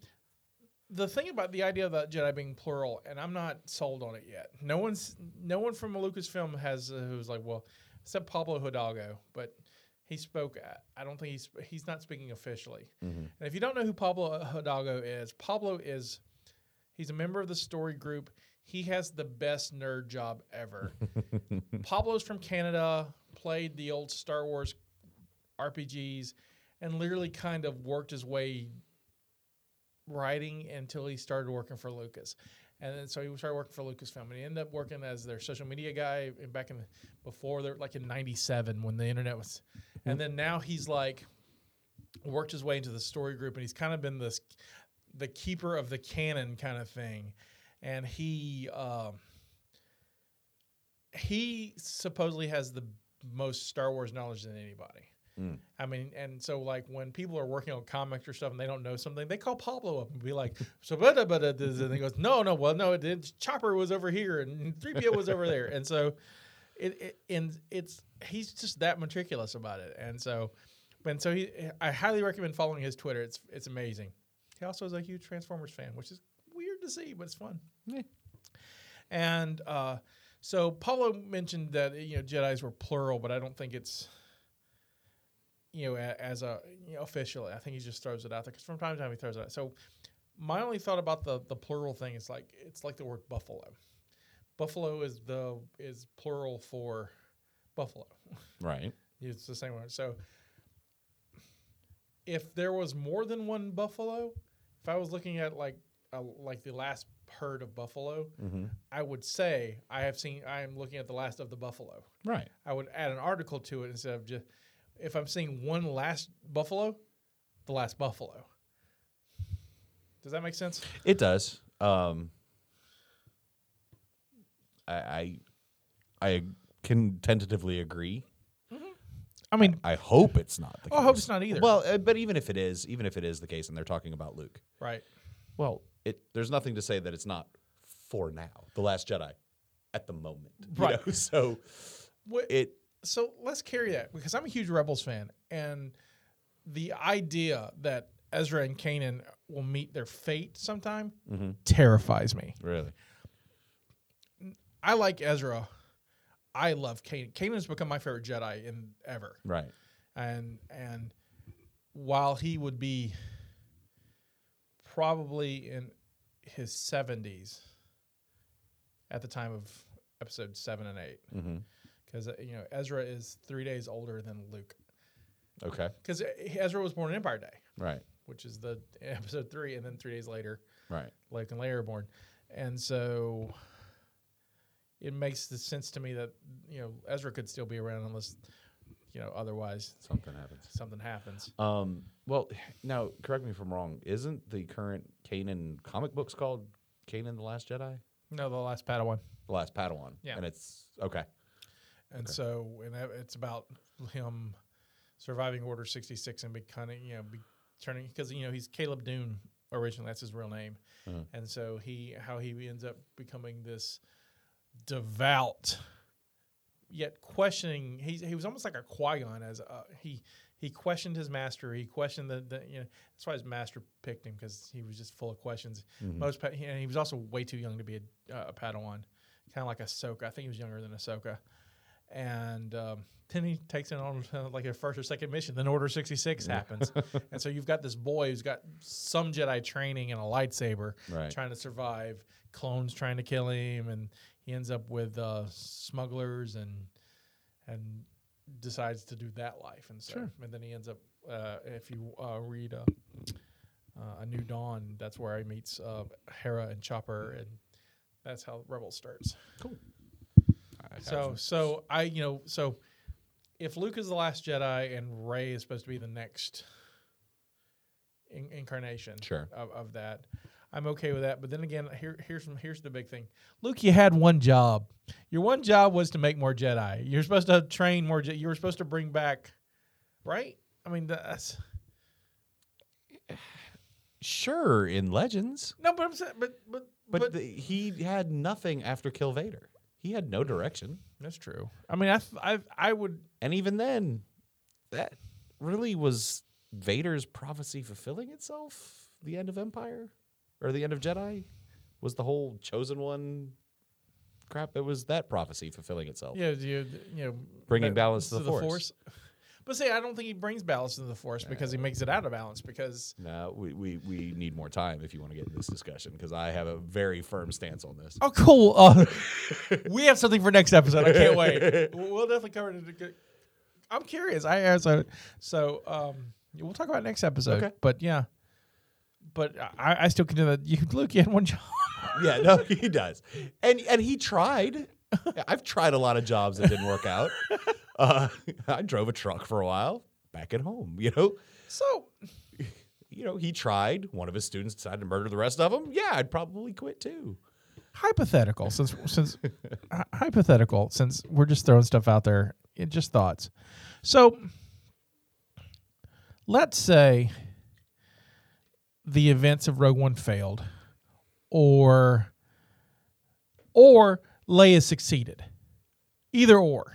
D: the thing about the idea of the Jedi being plural, and I'm not sold on it yet. No one's no one from Lucasfilm has uh, who's like well, except Pablo Hidalgo, but he spoke. I don't think he's he's not speaking officially. And if you don't know who Pablo Hidalgo is, Pablo is he's a member of the story group. He has the best nerd job ever. Pablo's from Canada, played the old Star Wars RPGs, and literally kind of worked his way writing until he started working for Lucas. And then so he started working for Lucasfilm, and he ended up working as their social media guy in- back in the, before they like in '97 when the internet was, and then now he's like worked his way into the story group, and he's kind of been this the keeper of the canon kind of thing, and he um, he supposedly has the most Star Wars knowledge than anybody. I mean, and so like when people are working on comics or stuff and they don't know something, they call Pablo up and be like, "So but but but," and he goes, "No, no, well, no, it did. Chopper was over here and three PO was over there," and so it, it and it's he's just that meticulous about it, and so and so he I highly recommend following his Twitter. It's it's amazing. He also is a huge Transformers fan, which is weird to see, but it's fun. And uh, so Paulo mentioned that you know Jedi's were plural, but I don't think it's you know a- as a you know, officially. I think he just throws it out there because from time to time he throws it out. So my only thought about the the plural thing is like it's like the word buffalo. Buffalo is the is plural for buffalo.
E: Right.
D: It's the same word. So if there was more than one buffalo, if I was looking at like a, like the last herd of buffalo, I would say I have seen I am looking at the last of the buffalo.
E: Right.
D: I would add an article to it instead of just if I'm seeing one last buffalo, the last buffalo. Does that make sense?
E: It does. Um, I, I I can tentatively agree.
D: I mean,
E: I hope it's not the
D: Oh, I hope it's not either.
E: Well, uh, but even if it is, even if it is the case, and they're talking about Luke,
D: right.
E: well, it there's nothing to say that it's not for now. The Last Jedi, at the moment, you
D: Right.
E: know? (laughs) So
D: What,
E: It
D: so let's carry that because I'm a huge Rebels fan, and the idea that Ezra and Kanan will meet their fate sometime terrifies me.
E: really
D: I like Ezra. I love Kanan. Kanan's become my favorite Jedi in ever.
E: right.
D: and and while he would be probably in his 70s at the time of episode 7 and 8 because you know ezra is three days older than luke
E: Okay.
D: because ezra was born in empire day
E: Right.
D: which is the (laughs) episode 3 and then three days later
E: Right.
D: Luke and Leia are born, and so it makes the sense to me that you know Ezra could still be around unless you know otherwise
E: Something happens.
D: something happens.
E: Um, well, now correct me if I'm wrong. Isn't the current Kanan comic books called Kanan the Last Jedi?
D: no, the last Padawan,
E: The Last Padawan.
D: Yeah.
E: And it's okay.
D: and so and that, it's about him surviving Order sixty six and becoming you know be turning because you know he's Caleb Dune originally that's his real name, and so he how he ends up becoming this devout yet questioning he, he was almost like a Qui-Gon as uh, he he questioned his master he questioned the, the you know that's why his master picked him because he was just full of questions most pa- and he was also way too young to be a, uh, a Padawan kind of like Ahsoka I think he was younger than Ahsoka and um, then he takes it on (laughs) uh, like a first or second mission then Order 66 happens and so you've got this boy who's got some Jedi training and a lightsaber
E: Right.
D: trying to survive clones trying to kill him and he ends up with uh, smugglers and and decides to do that life and so and then he ends up uh, if you uh, read uh, uh, a new dawn that's where he meets uh, hera and chopper and that's how rebel starts
E: Cool.
D: so so i you know so if luke is the last jedi and ray is supposed to be the next in, incarnation
E: Sure.
D: of, of that i'm okay with that but then again here, here's some, here's the big thing luke you had one job your one job was to make more jedi you're supposed to train more Je- you were supposed to bring back right i mean that's
E: Sure, in Legends,
D: no but i'm saying but but
E: but, the, he had nothing after Kill Vader. He had
D: Hmm.
E: no direction,
D: that's true i mean i th- i i would
E: and even then, that really was Vader's prophecy fulfilling itself. The end of Empire, or the end of Jedi, was the whole Chosen One crap. It was that prophecy fulfilling itself.
D: Yeah, you, you know,
E: Bringing
D: ba-
E: balance to the force.
D: But see, I don't think he brings balance to the force because he makes it out of balance. Because
E: No, we, we, we need more time if you want to get in this discussion because I have a very firm stance on this.
D: oh, cool. (laughs) Uh, we have something for next episode. I can't
E: (laughs)
D: wait. We'll we'll definitely cover it. I'm curious. I as I- so um, we'll talk about it next episode.
E: Okay.
D: But yeah, but I, I still consider that you, Luke, you had one job. (laughs)
E: yeah, no, (laughs) he does, and and he tried. (laughs) I've tried a lot of jobs that didn't work out. (laughs) Uh, I drove a truck for a while back at home. You know,
D: So
E: you know, he tried. One of his students decided to murder the rest of them. Yeah, I'd probably quit too.
D: hypothetical, since since (laughs) hy- hypothetical, since we're just throwing stuff out there, it, just thoughts. So let's say the events of Rogue One failed, or or Leia succeeded, either or,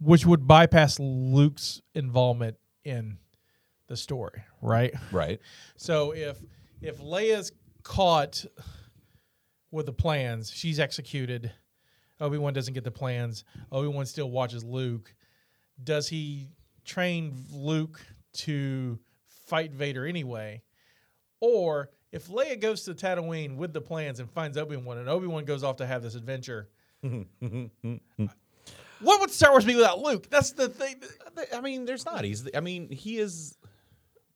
D: which would bypass Luke's involvement in the story, right?
E: Right.
D: So if if Leia's caught with the plans, she's executed. Obi Wan doesn't get the plans. Obi Wan still watches Luke. Does he train Luke to fight Vader anyway? Or if Leia goes to Tatooine with the plans and finds Obi Wan, and Obi Wan goes off to have this adventure, what would Star Wars be without Luke? That's the thing.
E: Uh, I mean, there's not. He's. The, I mean, he is.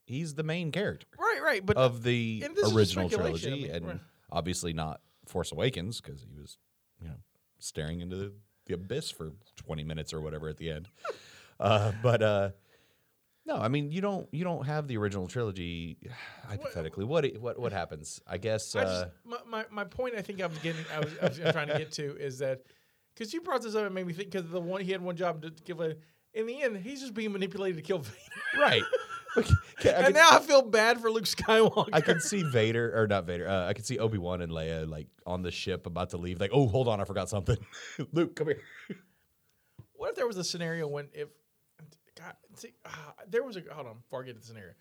E: He's the main character
D: Right, right. But
E: of the
D: And this is just
E: original
D: speculation,
E: trilogy,
D: I mean,
E: and
D: right.
E: obviously not Force Awakens because he was, you know, staring into the, the abyss for twenty minutes or whatever at the end. (laughs) uh, but uh, no, I mean, you don't you don't have the original trilogy. (sighs) Hypothetically, what i- what what happens? I guess.
D: I
E: Uh,
D: just, my, my, my point I think I'm getting I was, I was trying to get to is that because you brought this up and made me think because the one he had one job to give a in the end he's just being manipulated to kill Vader
E: uh, right. (laughs) Okay, I
D: and
E: can-
D: now I feel bad for Luke Skywalker
E: I can see Vader or not Vader. Uh, I can see Obi Wan and Leia (laughs) like on the ship about to leave. Like, oh, hold on, I forgot something. Luke, come here.
D: (laughs) What if there was a scenario when if God, see, ah, there was a hold on, before I get to the scenario,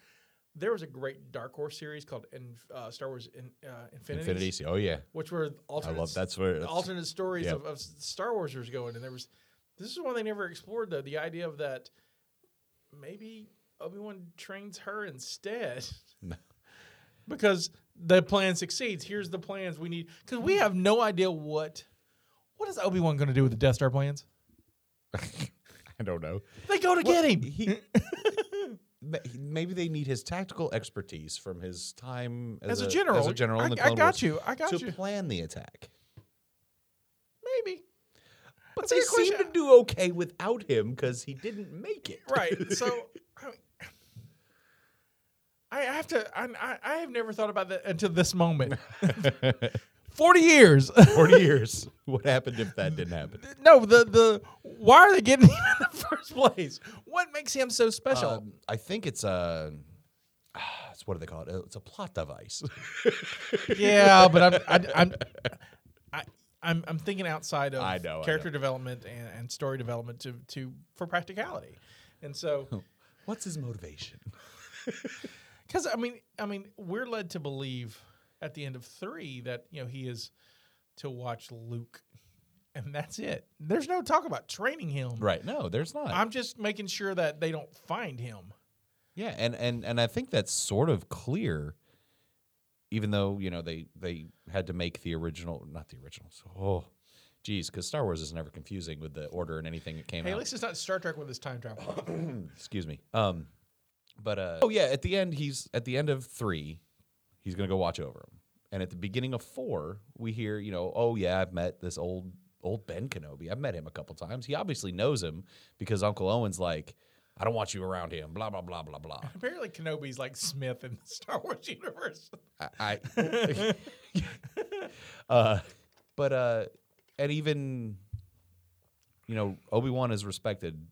D: there was a great Dark Horse series called in, uh, Star Wars in, uh, Infinities,
E: Infinity. Oh yeah.
D: which were alternate.
E: love- that's where- that's-
D: alternate stories
E: yeah.
D: of, of Star Warsers going, and there was this is one they never explored though the idea of that maybe Obi Wan trains her instead. (laughs) because the plan succeeds. Here's the plans we need because we have no idea what what is Obi Wan going to do with the Death Star plans.
E: I don't know.
D: They go to get him. (laughs)
E: (laughs) He, Ma- maybe they need his tactical expertise from his time as,
D: As a general.
E: As a general, in
D: I-
E: the
D: I
E: Clone
D: got
E: Wars
D: you. I got
E: to
D: you.
E: plan the attack.
D: Maybe.
E: But
D: a
E: they
D: good
E: seem to
D: question.
E: do okay without him because he didn't make it.
D: Right. So I, mean, I have to. I, I I have never thought about that until this
E: (laughs)
D: moment. Forty years.
E: (laughs)
D: (laughs)
E: Forty years. (laughs) What happened if that didn't happen?
D: no, the the why are they getting (laughs) him in the first place? What makes him so special?
E: Um, (laughs) I think it's a. (sighs) It's what do they call it? Uh, It's a plot device. (laughs)
D: yeah, but I'm I, I'm I, I'm I'm thinking outside of
E: I know, I know.
D: character development and, and story development to to for practicality, and
E: (laughs)
D: so.
E: What's his motivation?
D: Because I mean, I mean, we're led to believe at the end of three that you know he is to watch Luke, and that's it. There's no talk about training him.
E: Right. No, there's not.
D: I'm just making sure that they don't find him.
E: Yeah, and and and I think that's sort of clear, even though you know they they had to make the original, not the original. So, oh, geez, because Star Wars is never confusing with the order and anything that came
D: Hey, at
E: out.
D: least it's not Star Trek with his time travel.
E: Excuse me. Um, but uh, oh yeah, at the end he's at the end of three, he's gonna go watch over him, and at the beginning of four we hear you know oh yeah I've met this old old Ben Kenobi I've met him a couple times he obviously knows him because Uncle Owen's like I don't want you around him blah blah blah blah blah.
D: Apparently, Kenobi's like Smith in the (laughs) Star Wars universe.
E: I, (laughs) uh, but uh, and even, you know, Obi Wan is respected.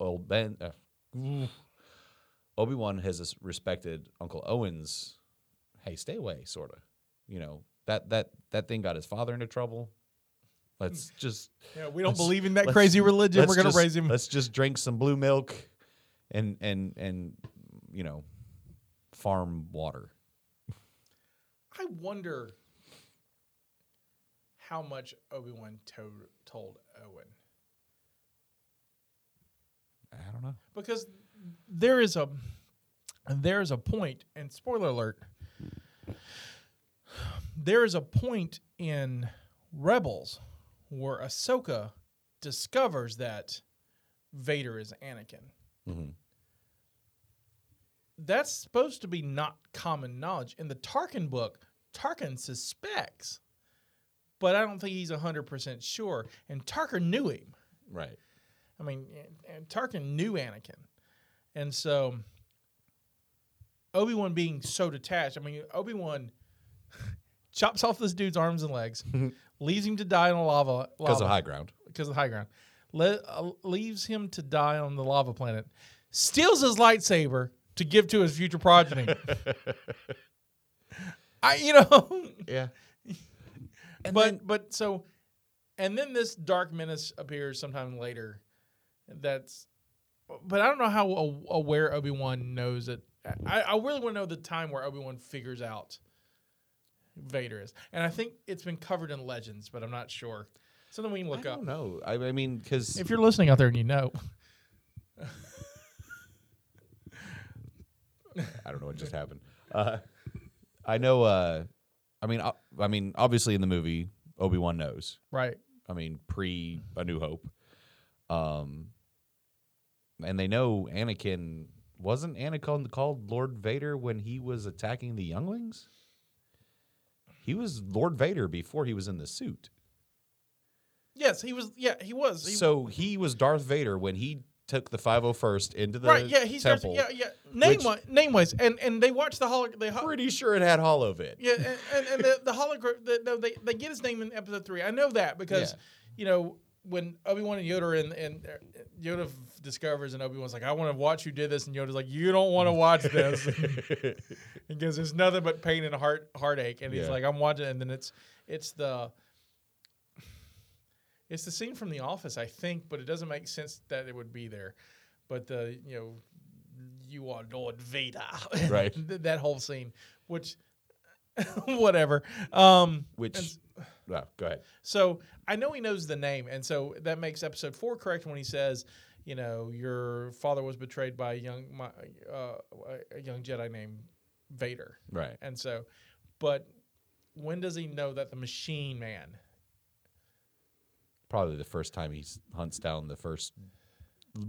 E: Old Ben, uh, Obi Wan has respected Uncle Owen's. Hey, stay away, sort of. You know that that that thing got his father into trouble. Let's just
D: Yeah, Hmm. we don't
E: Let's-
D: believe in that
E: let's-
D: crazy religion.
E: let's
D: We're gonna
E: just-
D: raise him.
E: Let's just drink some blue milk, and and and you know, farm water.
D: I wonder how much Obi Wan to- told Owen.
E: I don't know.
D: because there is a there is a point and spoiler alert there is a point in Rebels where Ahsoka discovers that Vader is Anakin. That's supposed to be not common knowledge. In the Tarkin book, Tarkin suspects, but I don't think he's 100% sure. And Tarkin knew him.
E: Right.
D: I mean, and Tarkin knew Anakin, and so Obi Wan being so detached. I mean, Obi Wan (laughs) chops off this dude's arms and
E: (laughs)
D: legs, leaves him to die in a lava
E: Because
D: lava-
E: of high ground.
D: because of the high ground. Le- uh, leaves him to die on the lava planet. Steals his lightsaber to give to his future
E: (laughs)
D: progeny. I, you know,
E: Yeah.
D: but but so and then this dark menace appears sometime later that's but i don't know how a- aware obi-wan knows it i, I really want to know the time where obi-wan figures out vader is and i think it's been covered in legends but i'm not sure something we can
E: I
D: look
E: don't
D: up
E: know. I, I mean, because
D: if you're listening out there and you know (laughs)
E: I don't know what just happened. Uh, I know. Uh, I mean, o- I mean, obviously in the movie, Obi Wan knows.
D: right
E: I mean, pre A New Hope, um, and they know Anakin wasn't Anakin called Lord Vader when he was attacking the younglings. He was Lord Vader before he was in the suit.
D: yes he was yeah he was he,
E: so he was Darth Vader when he took the 501st into the
D: right yeah he's
E: temple.
D: yeah yeah name
E: which-
D: wise name wise and and they watch the holo- they ho-
E: pretty sure it had hollow vid.
D: Yeah, and, and, and the, the hologram, the, no, they, they get his name in episode three. I know that because,
E: Yeah.
D: you know, when Obi Wan and Yoda are in, and uh, Yoda f- discovers, and Obi Wan's like, I want to watch you do this. And Yoda's like, You don't want to watch
E: (laughs)
D: this. because it's nothing but pain and heart heartache. And he's
E: Yeah.
D: like, I'm watching. And then it's it's the. It's the scene from The Office, I think, but it doesn't make sense that it would be there. But the you know, you are Lord Vader, (laughs)
E: Right.
D: Th- that whole scene, which, (laughs) whatever. Um,
E: Which, no, go ahead.
D: so I know he knows the name, and so that makes episode four correct when he says, you know, your father was betrayed by a young my, uh, a young Jedi named Vader,
E: Right.
D: and so, but when does he know that the Machine Man?
E: Probably the first time he s- hunts down the first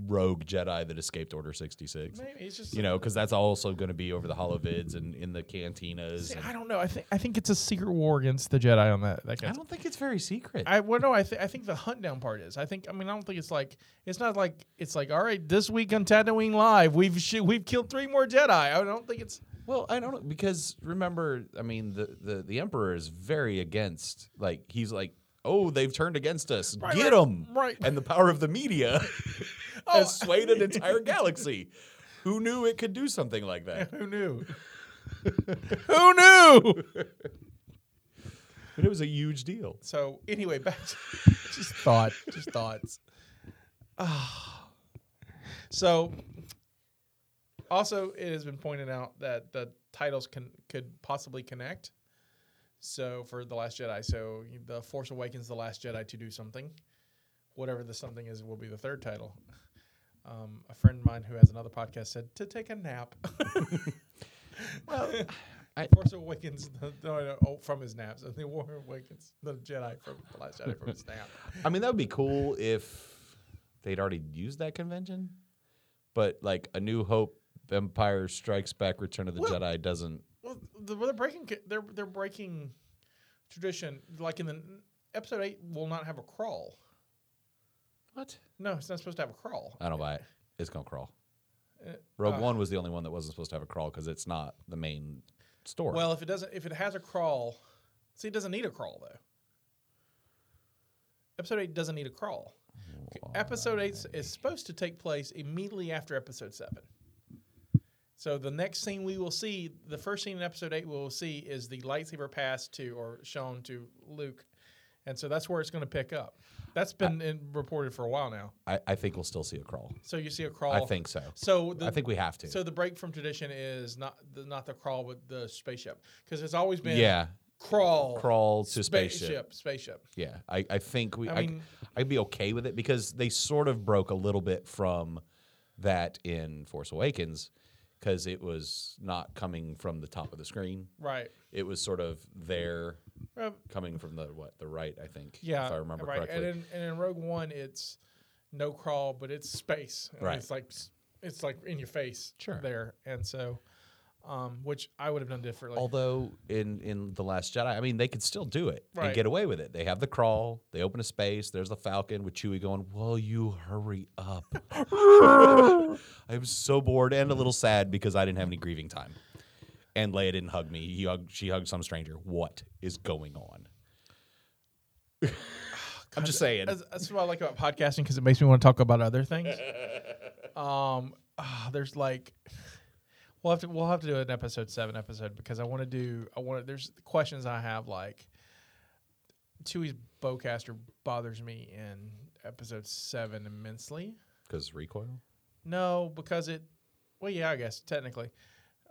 E: rogue Jedi that escaped Order 66.
D: Maybe it's just
E: You know, because that's also going to be over the holovids and in the cantinas.
D: See,
E: and-
D: I don't know. I think I think it's a secret war against the Jedi on that. That
E: I
D: kind
E: don't think it's very secret.
D: I well no, I think I think the hunt down part is. I think I mean I don't think it's like it's not like it's like all right this week on Tatooine Live we've sh- we've killed three more Jedi. I don't think it's
E: Well, I don't because remember, I mean, the the the emperor is very against. Like he's like, oh, they've turned against us.
D: Right, right,
E: Get them.
D: right. Oh.
E: And the power of the
D: (laughs)
E: media has swayed an entire galaxy. Who knew it could do something like that?
D: who
E: (laughs)
D: knew.
E: Who knew? but it was a huge deal.
D: So anyway, back to (laughs) just thought, just thoughts. Ah. (sighs) so also it has been pointed out that the titles can could possibly connect. So for the Last Jedi, so the Force awakens the Last Jedi to do something, whatever the something is, will be the third title. Um, a friend of mine who has another podcast said to take a (laughs) nap.
E: Well, I-
D: Force Awakens (laughs) the, no, no, oh, from his naps, and the War Awakens the Jedi from the Last Jedi from his nap.
E: I mean, that would be cool if they'd already used that convention, but like a New Hope, Empire Strikes Back, Return of the
D: Well-
E: Jedi doesn't.
D: Well, the, well, they're breaking c- they're they're breaking tradition. Like in the episode eight, will not have a crawl.
E: What?
D: No, it's not supposed to have a crawl.
E: I don't buy it. It's gonna crawl. Rogue One was the only one that wasn't supposed to have a crawl because it's not the main story.
D: Well, if it doesn't, if it has a crawl, see, it doesn't need a crawl though. Episode eight doesn't need a crawl. Okay, Episode eight is supposed to take place immediately after episode seven. So the next scene we will see, the first scene in episode eight we will see is the lightsaber pass to or shown to Luke, and so that's where it's going to pick up. That's been in, reported for a while now.
E: I, I think we'll still see a crawl.
D: So you see a crawl.
E: I think so.
D: So the,
E: I think we have to.
D: So the break from tradition is not the, not the crawl with the spaceship because it's always been
E: yeah,
D: crawl
E: crawl to spaceship.
D: spaceship spaceship.
E: Yeah, I, I think we.
D: I
E: I
D: mean-
E: would be okay with it because they sort of broke a little bit from that in Force Awakens because it was not coming from the top of the screen.
D: Right.
E: It was sort of there,
D: Um,
E: coming from the what the right. I think.
D: yeah.
E: if I remember
D: right.
E: correctly.
D: And in, and in Rogue One, it's no crawl, but it's space. I mean,
E: Right.
D: It's like it's like in your face.
E: Sure.
D: There and so, um, which I would have done differently.
E: Although in in the Last Jedi, I mean, they could still do it
D: Right.
E: and get away with it. They have the crawl. They open a space. There's the Falcon with Chewie going, "Will you hurry up?" I'm so bored and a little sad because I didn't have any grieving time. And Leia didn't hug me. He hugged, she hugged some stranger. What is
D: (sighs)
E: going on? I'm just saying.
D: That's, that's what I like about podcasting because it makes me want to talk about other things.
E: (laughs)
D: um, ah, there's like, we'll have to we'll have to do an episode seven episode because I want to do I want to. There's questions I have like, Chewie's bowcaster bothers me in episode seven immensely.
E: Because recoil?
D: No, because it. Well, yeah, I guess technically,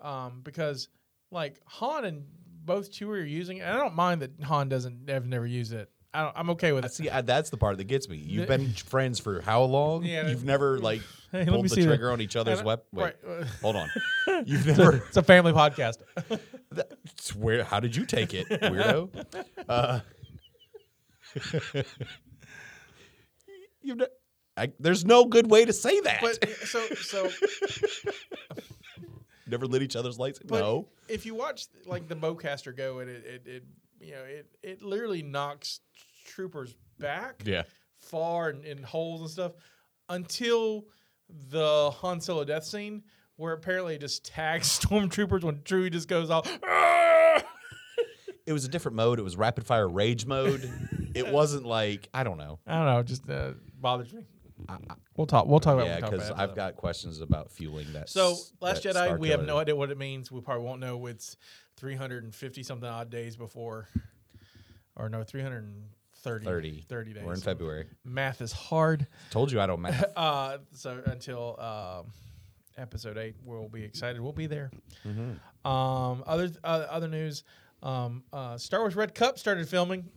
D: um, because like Han and both Chewie are using it. And I don't mind that Han doesn't have never used it. I don't, I'm okay with it.
E: See, I, that's the part that gets me. You've been friends for how long?
D: Yeah.
E: You've never like
D: Hey, let
E: pulled
D: me
E: the
D: see that.
E: trigger on each other's
D: And I-
E: weapon. Wait,
D: right. uh,
E: hold
D: (laughs)
E: on. You've never.
D: It's a family podcast.
E: That's where? How did you
D: (laughs)
E: take it, weirdo? Uh, you've ne- I, there's no good way to say that.
D: But so so
E: (laughs) Never lit each other's lights.
D: but
E: no.
D: If you watch like the bowcaster go and it, it it you know it it literally knocks troopers back far and in holes and stuff until the Han Solo death scene where apparently it just tags (laughs) stormtroopers when Drew just goes
E: (laughs)
D: off.
E: It was a different mode. It was rapid fire rage mode.
D: (laughs)
E: it wasn't like I don't know.
D: I don't know, it just uh, bothers me. We'll talk. We'll talk about.
E: yeah,
D: we'll talk
E: because
D: about it.
E: I've got questions about fueling that.
D: So,
E: s-
D: Last
E: that
D: Jedi, we have
E: Starkiller.
D: no idea what it means. We probably won't know. It's 350 something odd days before, or no, 330 30,
E: 30.
D: 30 days.
E: We're in
D: So
E: February.
D: Math is hard.
E: Told you I
D: (laughs)
E: don't math.
D: Uh, so until um, episode eight, we'll be excited. We'll be there.
E: Mm-hmm.
D: Um, other uh, other news. Um, uh, Star Wars Red Cup started filming.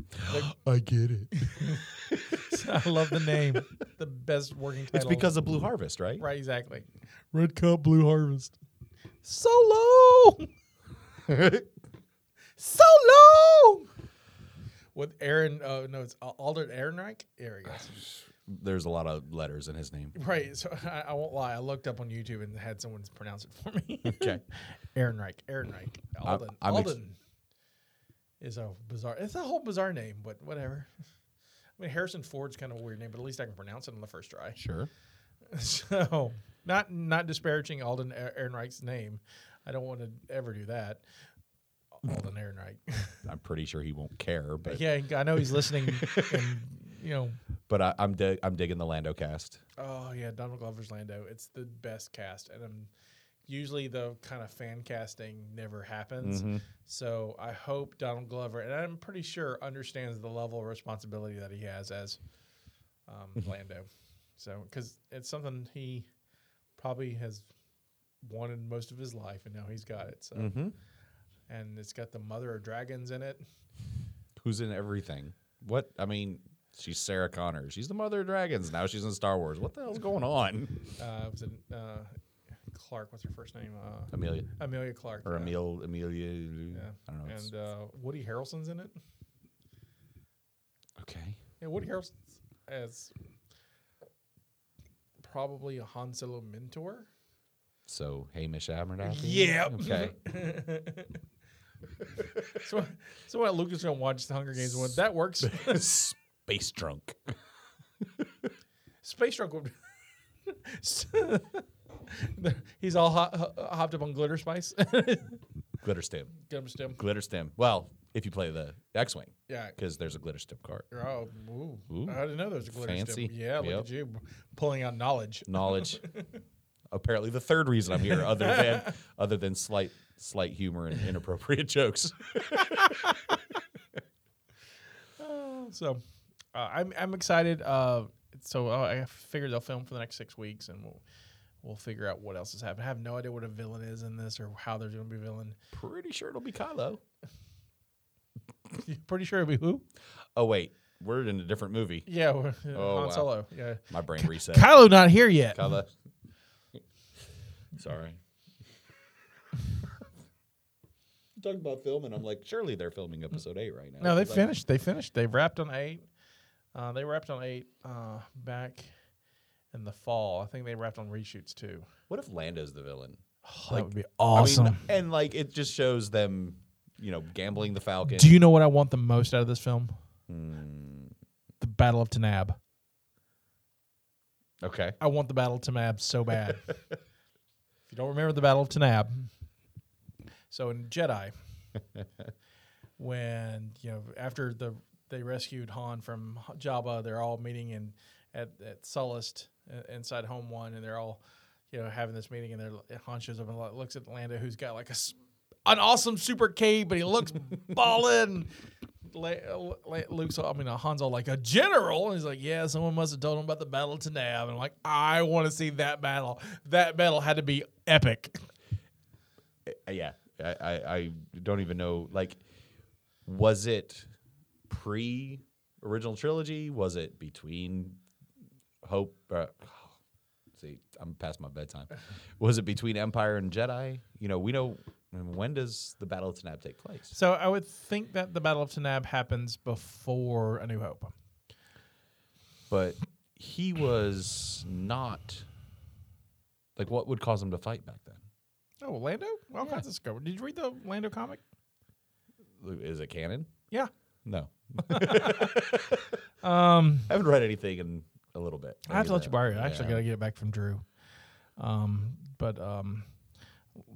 D: (laughs)
E: I get it.
D: I love the name. The best working title.
E: It's because of Blue Harvest, right?
D: right exactly. (laughs) Red Cup Blue Harvest. So long. so long. With Aaron, uh, no, it's Al- Aldert Ehrenreich. There he goes.
E: There's a lot of letters in his name.
D: Right. So (laughs) I, I won't lie. I looked up on YouTube and had someone pronounce it for (laughs) me.
E: Okay.
D: Aaron Reich. Aaron Reich.
E: I'm-
D: Alden.
E: I'm ex-
D: Alden is a bizarre. It's a whole bizarre name, but whatever. I mean, Harrison Ford's kind of a weird name, but at least I can pronounce it on the first try. (laughs)
E: Sure.
D: So, not not disparaging Alden A- Ehrenreich's name. I don't want to ever do that. Alden Ehrenreich.
E: I'm pretty sure he won't care, but
D: yeah, I know he's listening, and you know.
E: but I, I'm dig I'm digging the Lando cast.
D: Oh yeah, Donald Glover's Lando. It's the best cast, and I'm usually the kind of fan casting never happens. So I hope Donald Glover, and I'm pretty sure understands the level of responsibility that he has as um, Lando. So because it's something he probably has wanted most of his life, and now he's got it. So. And it's got the mother of dragons in it.
E: Who's in everything? What I mean, she's Sarah Connor. She's the mother of dragons. Now she's in Star Wars. What the hell's going on?
D: Uh, was it uh, Clark? What's her first name? Uh,
E: (laughs) Amelia
D: Amelia Clark.
E: or
D: yeah.
E: Emil Amelia?
D: Yeah.
E: I don't know. it's-
D: And uh, Woody Harrelson's in it.
E: okay.
D: Yeah, Woody Harrelson as probably a Han Solo mentor.
E: So Hamish Abernathy.
D: Yep.
E: (laughs) Okay.
D: (laughs) So, so what Lucas gonna watch the Hunger Games one? That
E: (laughs)
D: works.
E: Space drunk.
D: Space Drunk would. (laughs) He's all ho- ho- hopped up on glitter spice. (laughs)
E: Glitter stem.
D: Gum stem.
E: Glitter stem. Well, if you play the X-wing,
D: Yeah.
E: because there's a glitter stem card.
D: Oh, ooh.
E: Ooh.
D: I didn't know there was a glitter
E: Fancy.
D: stem. Yeah, look
E: Yep.
D: at you pulling out knowledge.
E: (laughs) knowledge. Apparently, the third reason I'm here, other than other than slight slight humor and inappropriate (laughs) jokes.
D: So uh, I'm I'm excited. Uh, so uh, I figure they'll film for the next six weeks, and we'll we'll figure out what else is happening. I have no idea what a villain is in this or how there's going to be a villain. (laughs)
E: Pretty sure it'll be Kylo.
D: Pretty sure it'll be who?
E: Oh wait, we're in a different movie.
D: Yeah, (laughs) we're-
E: Oh,
D: Han
E: wow.
D: Solo. Yeah, (laughs)
E: My brain reset.
D: Kylo not here yet.
E: Kylo. Sorry. Talking about film, and I'm like, surely they're filming episode eight right now.
D: No, they
E: 'Cause I-
D: finished. They finished. They wrapped on eight. Uh, they wrapped on eight uh, back in the fall. I think they wrapped on reshoots too.
E: What if Lando's the villain?
D: that would be
E: Oh, I mean,
D: awesome.
E: and like, it just shows them, you know, gambling the Falcon.
D: Do you know what I want the most out of this film? The Battle of Tanab.
E: okay.
D: I want the Battle of Tanab so bad. if you don't remember the Battle of Tanab, so in Jedi, when you know after the they rescued Han from Jabba, they're all meeting in at at Sullust uh, inside Home One, and they're all you know having this meeting, and they're, Han shows up and lo- looks at Lando, who's got like a s- an awesome super cape, but he looks ballin'. La- La- La- Luke's, all- I mean, uh, Han's all like a general, and he's like, "Yeah, someone must have told him about the battle of Tanab." And I'm like, "I want to see that battle. That battle had to be epic."
E: Uh, yeah I, I i don't even know like was it pre original trilogy was it between hope uh, (sighs) see i'm past my bedtime was it between empire and jedi you know we know I mean, when does the battle of tanab take place
D: So I would think that the battle of Tanab happens before A New Hope.
E: but he was not like what would cause him to fight back then
D: Oh, Lando! Well, kinds of discovered. Did you read the Lando comic?
E: is it canon
D: Yeah,
E: no (laughs) um i haven't read anything in a little bit
D: I have to let
E: Maybe
D: you
E: the-
D: borrow it. I
E: yeah.
D: actually got to get it back from Drew. Um, but um,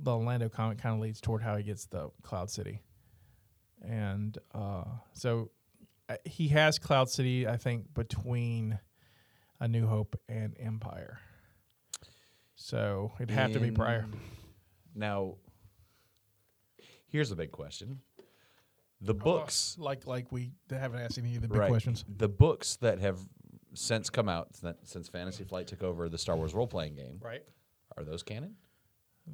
D: the Lando comic kind of leads toward how he gets the Cloud City, and uh, so uh, he has Cloud City, I think, between A New Hope and Empire. So it'd have to be prior.
E: Now, here's a big question. The books
D: like like we haven't asked any of the Oh, big
E: right.
D: questions.
E: The books that have since come out that- since Fantasy Flight took over the Star Wars role playing game
D: Right.
E: are those canon,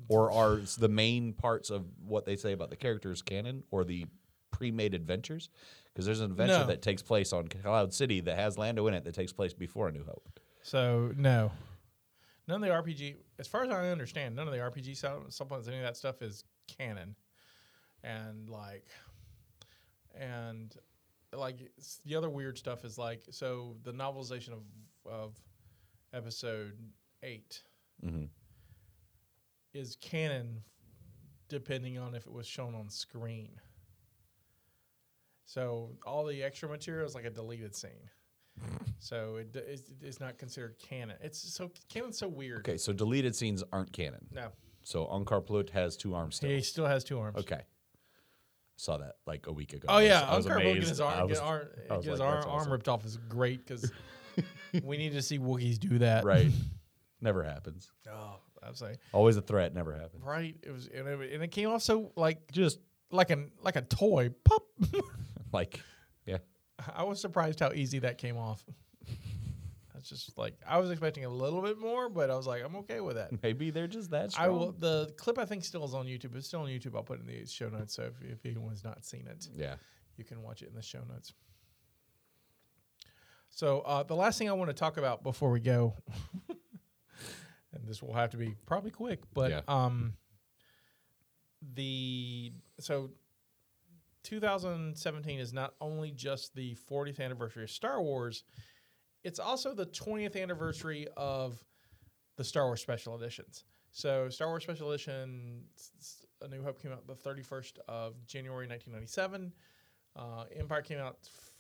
E: or are s- the main parts of what they say about the characters canon, or the pre-made adventures? Because there's an adventure
D: No.
E: that takes place on Cloud City that has Lando in it that takes place before A New Hope.
D: So no, none of the RPG, as far as I understand, none of the RPG sou- supplements, any of that stuff is canon, and like, and like it's- the other weird stuff is like so the novelization of of episode 8
E: Mm-hmm.
D: is canon, depending on if it was shown on screen. So all the extra material is like a deleted
E: (laughs)
D: scene. So it, it it's not considered canon. It's so canon's so weird.
E: Okay, so deleted scenes aren't canon.
D: No,
E: So Ankar Plutt has two arms still.
D: he still has two arms.
E: Okay. Saw that like a week ago.
D: Oh
E: I was-
D: yeah,
E: I was
D: Ankar will get
E: amazed.
D: his
E: I
D: arm,
E: was-
D: get arm,
E: I was
D: get his
E: like,
D: arm,
E: that's
D: arm
E: awesome.
D: ripped off is great
E: (laughs)
D: because we need to see Wookiees do that.
E: Right. never happens.
D: Oh, I was like,
E: Always a threat. Never happens.
D: right. It was, and it, and it came also like
E: Just
D: like an like a toy pop. (laughs)
E: like, yeah. (laughs)
D: I was surprised how easy that came off. That's just like I was expecting a little bit more, but I was like, I'm okay with that.
E: Maybe they're just that strong.
D: I will. The clip I think still is on YouTube. It's still on YouTube. I'll put it in the show notes. So if, if anyone's not seen it,
E: Yeah.
D: you can watch it in the show notes. So uh, the last thing I want to talk about before we go, (laughs) and this will have to be probably quick, but
E: Yeah.
D: um, the so 2017 is not only just the 40th anniversary of Star Wars, it's also the 20th anniversary of the Star Wars special editions. So Star Wars special edition, s- s- A New Hope came out the 31st of January 1997. Uh, Empire came out f-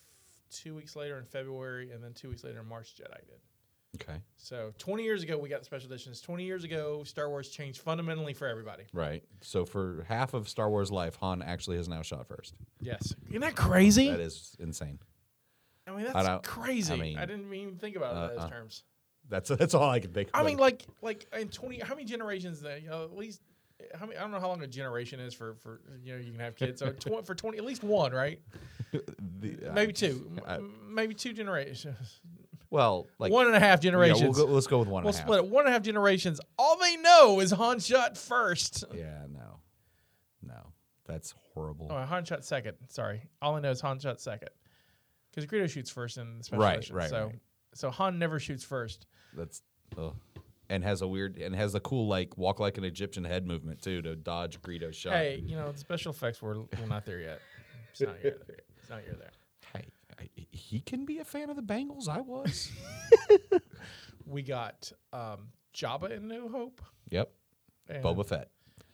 D: two weeks later in February, and then two weeks later in March, Jedi did.
E: Okay.
D: So 20 years ago, we got the special editions. 20 years ago, Star Wars changed fundamentally for everybody.
E: Right. So for half of Star Wars life, Han actually has now shot first.
D: Yes, isn't that crazy?
E: That is insane.
D: I mean,
E: I
D: that's
E: don't-
D: crazy.
E: I
D: I,
E: mean,
D: didn't even think about it in those
E: uh-uh.
D: terms.
E: That's that's all I can think.
D: I
E: of.
D: mean, like, like in 20, how many generations? That you know, at least uh, how many? I don't know how long a generation is for for you know you can have
E: (laughs)
D: kids. So tw- for 20, at least one, right?
E: The- uh,
D: Maybe two,
E: I-
D: M- maybe two generations,
E: well, like
D: one and a half
E: yeah, we'll
D: generations.
E: go, let's go with one.
D: we'll
E: and a half.
D: split it. One and a half generations. All they know is Han shot first.
E: Yeah. No. No. That's horrible.
D: Oh, Han shot second. Sorry. All I know is Han shot second. Because Greedo shoots first in the special
E: Right,
D: edition.
E: right,
D: so,
E: right.
D: so Han never shoots first.
E: That's ugh. and has a weird and has a cool like walk like an Egyptian head movement too to dodge Greedo's shot.
D: Hey, you know, the special effects were, we're not there yet. It's not here. It's not here there.
E: Hey, I, he can be a fan of the Bengals. I was. (laughs)
D: We got um, Jabba in New Hope.
E: yep,
D: And,
E: Boba Fett.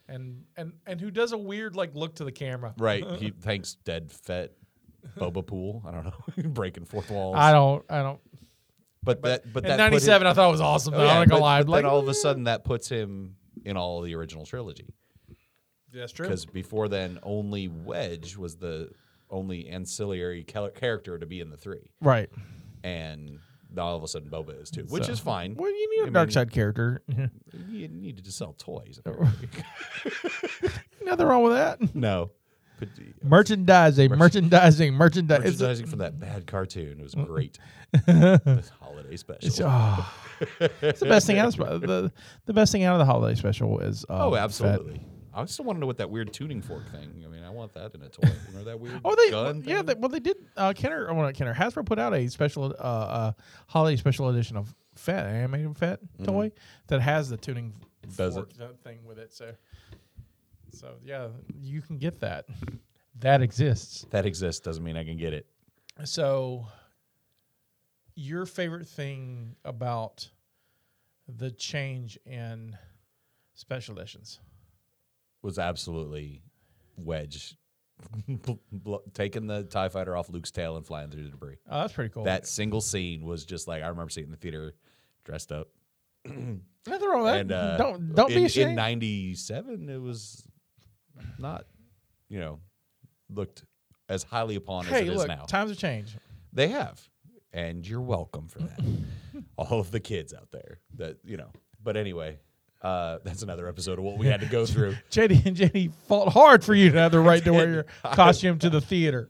D: And, and, and who does a weird, like, look to the camera.
E: Right,
D: (laughs)
E: he thanks dead Fett. Boba Pool. I don't know, (laughs) breaking fourth walls.
D: I don't, I don't.
E: but, that,
D: But
E: but that
D: in
E: put him-
D: 97,
E: Oh,
D: I thought it was awesome. though.
E: yeah,
D: I'm not
E: but-
D: gonna lie.
E: but
D: Like,
E: then all of a sudden, that puts him in all the original trilogy.
D: that's true.
E: Because before then, only Wedge was the only ancillary cal- character to be in the three,
D: Right. and
E: and now all of a sudden, Boba is too, which is fine.
D: Well, you need a
E: I
D: dark
E: mean,
D: side Oh. character.
E: You need to just sell toys.
D: Nothing wrong with that.
E: (laughs) no. But, uh,
D: (laughs) Merchandising, merchandising, merchandising. It's-
E: merchandising from that bad cartoon
D: (laughs)
E: was great. this holiday special.
D: It's, oh, it's the best thing out of sp- the the best thing out of the holiday special is uh,
E: oh,
D: Fett.
E: absolutely. I still want to know what that weird tuning fork thing. I mean, I want that in a toy. Remember that weird
D: (laughs) Oh, they
E: gun
D: yeah.
E: thing?
D: They, well, they did. Uh, Kenner, oh, well, not Kenner Hasbro put out a special uh, uh, holiday special edition of Fett an animated Fett toy that has the tuning
E: Mm-hmm. Does
D: fork thing with it. So, so yeah, you can get that. That exists.
E: that exists doesn't mean I can get it.
D: So, your favorite thing about the change in special editions?
E: Was absolutely wedge (laughs) bl- taking the tie fighter off Luke's tail and flying through the debris.
D: Oh, that's pretty cool.
E: That single scene was just like I remember seeing it in the theater, dressed up.
D: nothing wrong with that.
E: and uh,
D: don't don't
E: in,
D: be ashamed.
E: In '97, it was not, you know, looked as highly upon as
D: hey,
E: it is
D: look,
E: now.
D: times have changed.
E: they have,
D: (laughs)
E: and you're welcome for that. All of the kids out there that you know. But anyway, Uh, that's another episode of what we had to go
D: (laughs)
E: through.
D: JD and Jenny fought hard for you to have the right
E: (laughs)
D: to wear your costume to the theater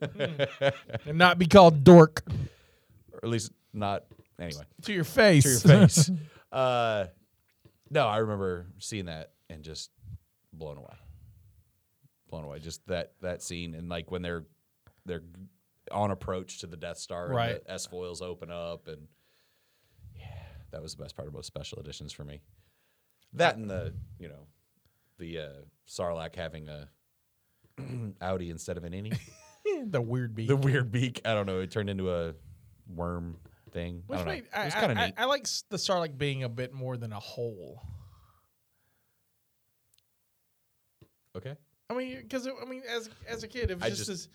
D: and not be called dork
E: or at least not anyway
D: to your face.
E: to your face. uh, no, I remember seeing that and just blown away, blown away. Just that that scene and like when they're they're on approach to the Death Star, and
D: Right.
E: the S foils open up, and yeah, that was the best part about special editions for me. That and the you know the uh, Sarlacc having a (clears throat) Audi instead of an innie.
D: (laughs) the weird beat.
E: (laughs) the weird beak. I don't know. It turned into a worm thing. I
D: Which
E: don't know.
D: made,
E: it
D: I,
E: was kind of
D: I- I-
E: neat.
D: I like s- the Sarlacc being a bit more than a hole.
E: okay.
D: I mean, because I mean, as as a kid, it was
E: I
D: just,
E: just-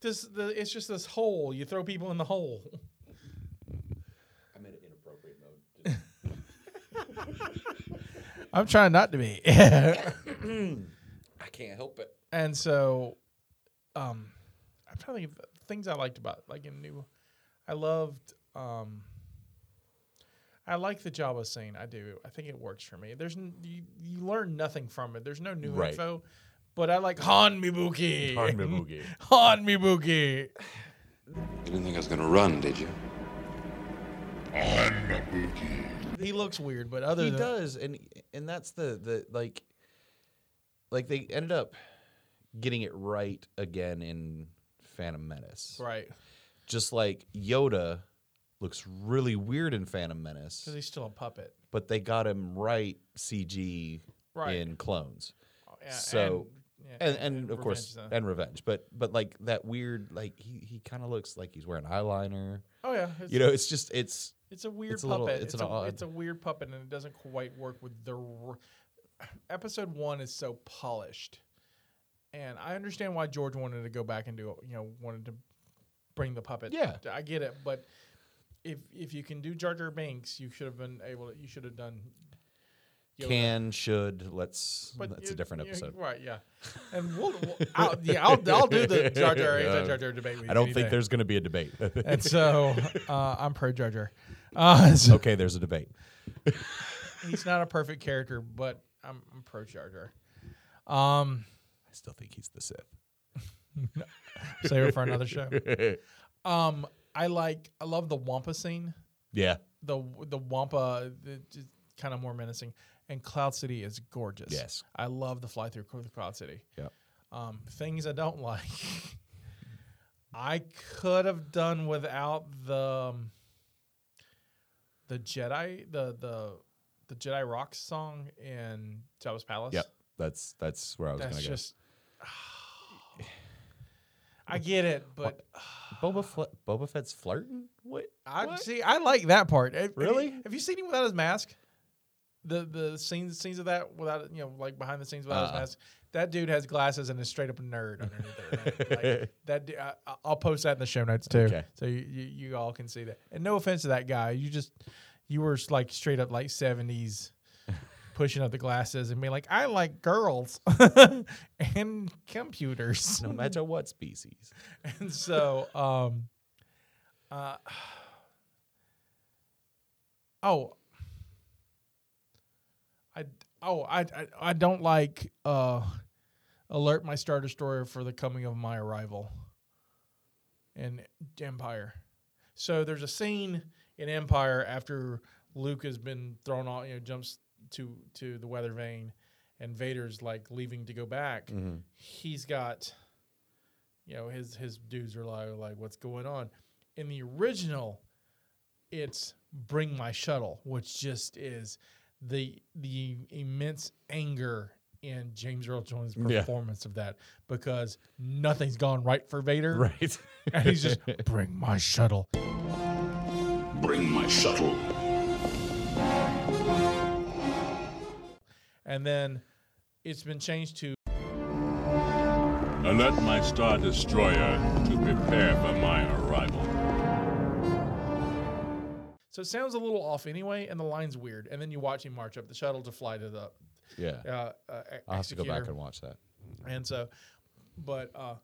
D: this this the it's just this hole. You throw people in the hole.
E: I'm in an inappropriate mode.
D: (laughs) I'm trying not to be. (laughs)
E: I can't help it.
D: and so, um, I'm trying to think of the things I liked about like in New. I loved. Um, I like the Java scene. I do. I think it works for me. There's n- you, you learn nothing from it. There's no new
E: Right.
D: info, but I like Han Mibuki.
E: Pardon me, (laughs) Boogie.
D: Han Mibuki.
G: You didn't think I was gonna run, did you?
D: He looks weird, but other
E: he
D: than
E: does, and and that's the the like, like they ended up getting it right again in Phantom Menace.
D: right,
E: Just like Yoda looks really weird in Phantom Menace,
D: because he's still a puppet.
E: but they got him right CG
D: Right. Oh,
E: in Clones.
D: Yeah,
E: so
D: and- yeah,
E: and, and,
D: and
E: of course
D: Revenge, though.
E: and revenge but but like that weird like he, he kind of looks like he's wearing eyeliner
D: oh yeah, it's,
E: you know it's just it's
D: it's a weird
E: it's a
D: puppet.
E: little-
D: it's,
E: it's
D: a,
E: an odd-
D: it's a weird puppet, and it doesn't quite work with the. r- Episode one is so polished, and I understand why George wanted to go back and do it, you know wanted to bring the puppet.
E: Yeah.
D: I get it, but if if you can do Jar Jar Binks, you should have been able. to You should have done. Yoda.
E: can should let's
D: uh, But
E: that's
D: you-
E: a different
D: you-
E: episode
D: right? Yeah, and we'll, we'll I'll, yeah, I'll, I'll do the Jar Jar
E: Yeah.
D: Jar Jar debate. With
E: i
D: you
E: don't
D: any
E: think
D: day.
E: there's going to be
D: (laughs)
E: a debate
D: And so uh, I'm pro Jar Jar. Uh, (laughs) so
E: okay there's a debate
D: He's not a perfect character, but I'm, I'm pro Jar Jar. Um,
E: i still think he's the sith
D: save it for another
E: (laughs)
D: show. Um, I like I love the Wampa scene.
E: yeah
D: The the Wampa the, just kind of more menacing. And Cloud City is gorgeous.
E: Yes.
D: I love the fly through Cloud City.
E: Yep.
D: Um, things I don't like. (laughs) I could have done without the um, the Jedi the the the Jedi Rock song in Jabba's Palace.
E: yep that's that's where i was going
D: That's
E: to go
D: just. (sighs) I get it, but
E: boba, Fle- boba fett's flirting what
D: I
E: What?
D: see. I like that part. Have- have you-
E: Really?
D: Have you seen him without his mask? The the scenes scenes of that without you know like behind the scenes without his
E: Uh-uh.
D: mask. That dude has glasses and is straight up a nerd underneath it. man.
E: (laughs)
D: Like, that du- I, I'll post that in the show notes too,
E: Okay.
D: so you, you you all can see that. And no offense to that guy, you just you were like straight up like
E: (laughs)
D: seventies. Pushing up the glasses and being like, I like girls (laughs) and computers.
E: no matter what species
D: And so, um, uh, oh, I oh I, I I don't like uh, alert my star destroyer for the coming of my arrival in Empire. So there's a scene in Empire after Luke has been thrown off, you know, jumps to to the weather vane, and Vader's like leaving to go back. He's got you know his his dudes are like, like what's going on in the original it's bring my shuttle which just is the the immense anger in James Earl Jones'
E: Yeah.
D: performance of that because nothing's gone right for Vader
E: (laughs) right (laughs)
D: and he's just bring my shuttle
G: Bring my shuttle.
D: and then it's been changed to
H: Alert my Star Destroyer to prepare for my arrival.
D: so it sounds a little off anyway and the line's weird and then you watch him march up the shuttle to fly to the
E: yeah
D: uh, uh,
E: i'll have to go back
D: executor.
E: and watch that
D: And so, but uh,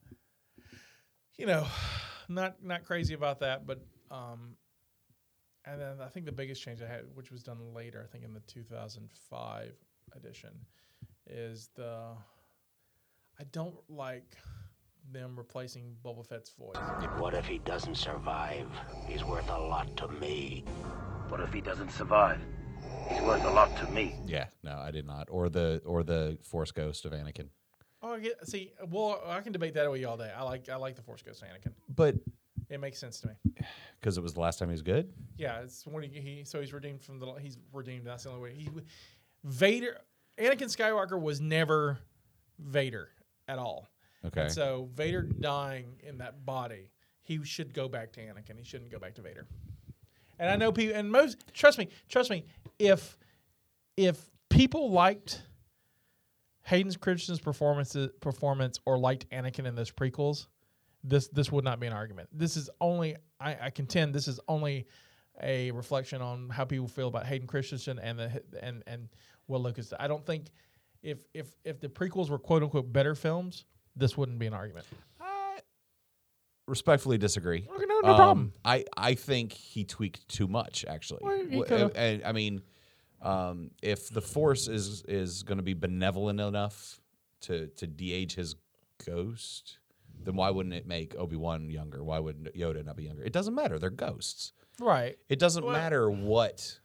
D: you know, not not crazy about that. But um, and then I think the biggest change I had, which was done later, I think in the 2005, edition is the I don't like them replacing Boba Fett's voice.
G: What if he doesn't survive? He's worth a lot to me. What if he doesn't survive? He's worth a lot to me.
E: Yeah, no, I did not. Or the or the Force Ghost of Anakin.
D: Oh, I get, see, well, I can debate that away all day. I like I like the Force Ghost Anakin.
E: But
D: It makes sense to me.
E: because it was the last time he was good,
D: Yeah, it's when he, he so he's redeemed from the he's redeemed. That's the only way. He Vader, Anakin Skywalker was never Vader at all.
E: Okay.
D: And so Vader dying in that body, he should go back to Anakin. He shouldn't go back to Vader. And I know people, and most trust me, trust me. If if people liked Hayden Christensen's performance performance or liked Anakin in those prequels, this this would not be an argument. This is only I, I contend this is only a reflection on how people feel about Hayden Christensen and the and and Will Lucas. I don't think if if if the prequels were quote unquote better films, this wouldn't be an argument.
E: respectfully disagree. Um,
D: Okay, no- no problem.
E: I I think he tweaked too much actually.
D: Well, he
E: Wh-
D: could've-
E: and- I mean, um, if the Force is is going to be benevolent enough to to de-age his ghost, then why wouldn't it make Obi Wan younger? Why wouldn't Yoda not be younger? It doesn't matter. They're ghosts.
D: Right.
E: It doesn't matter what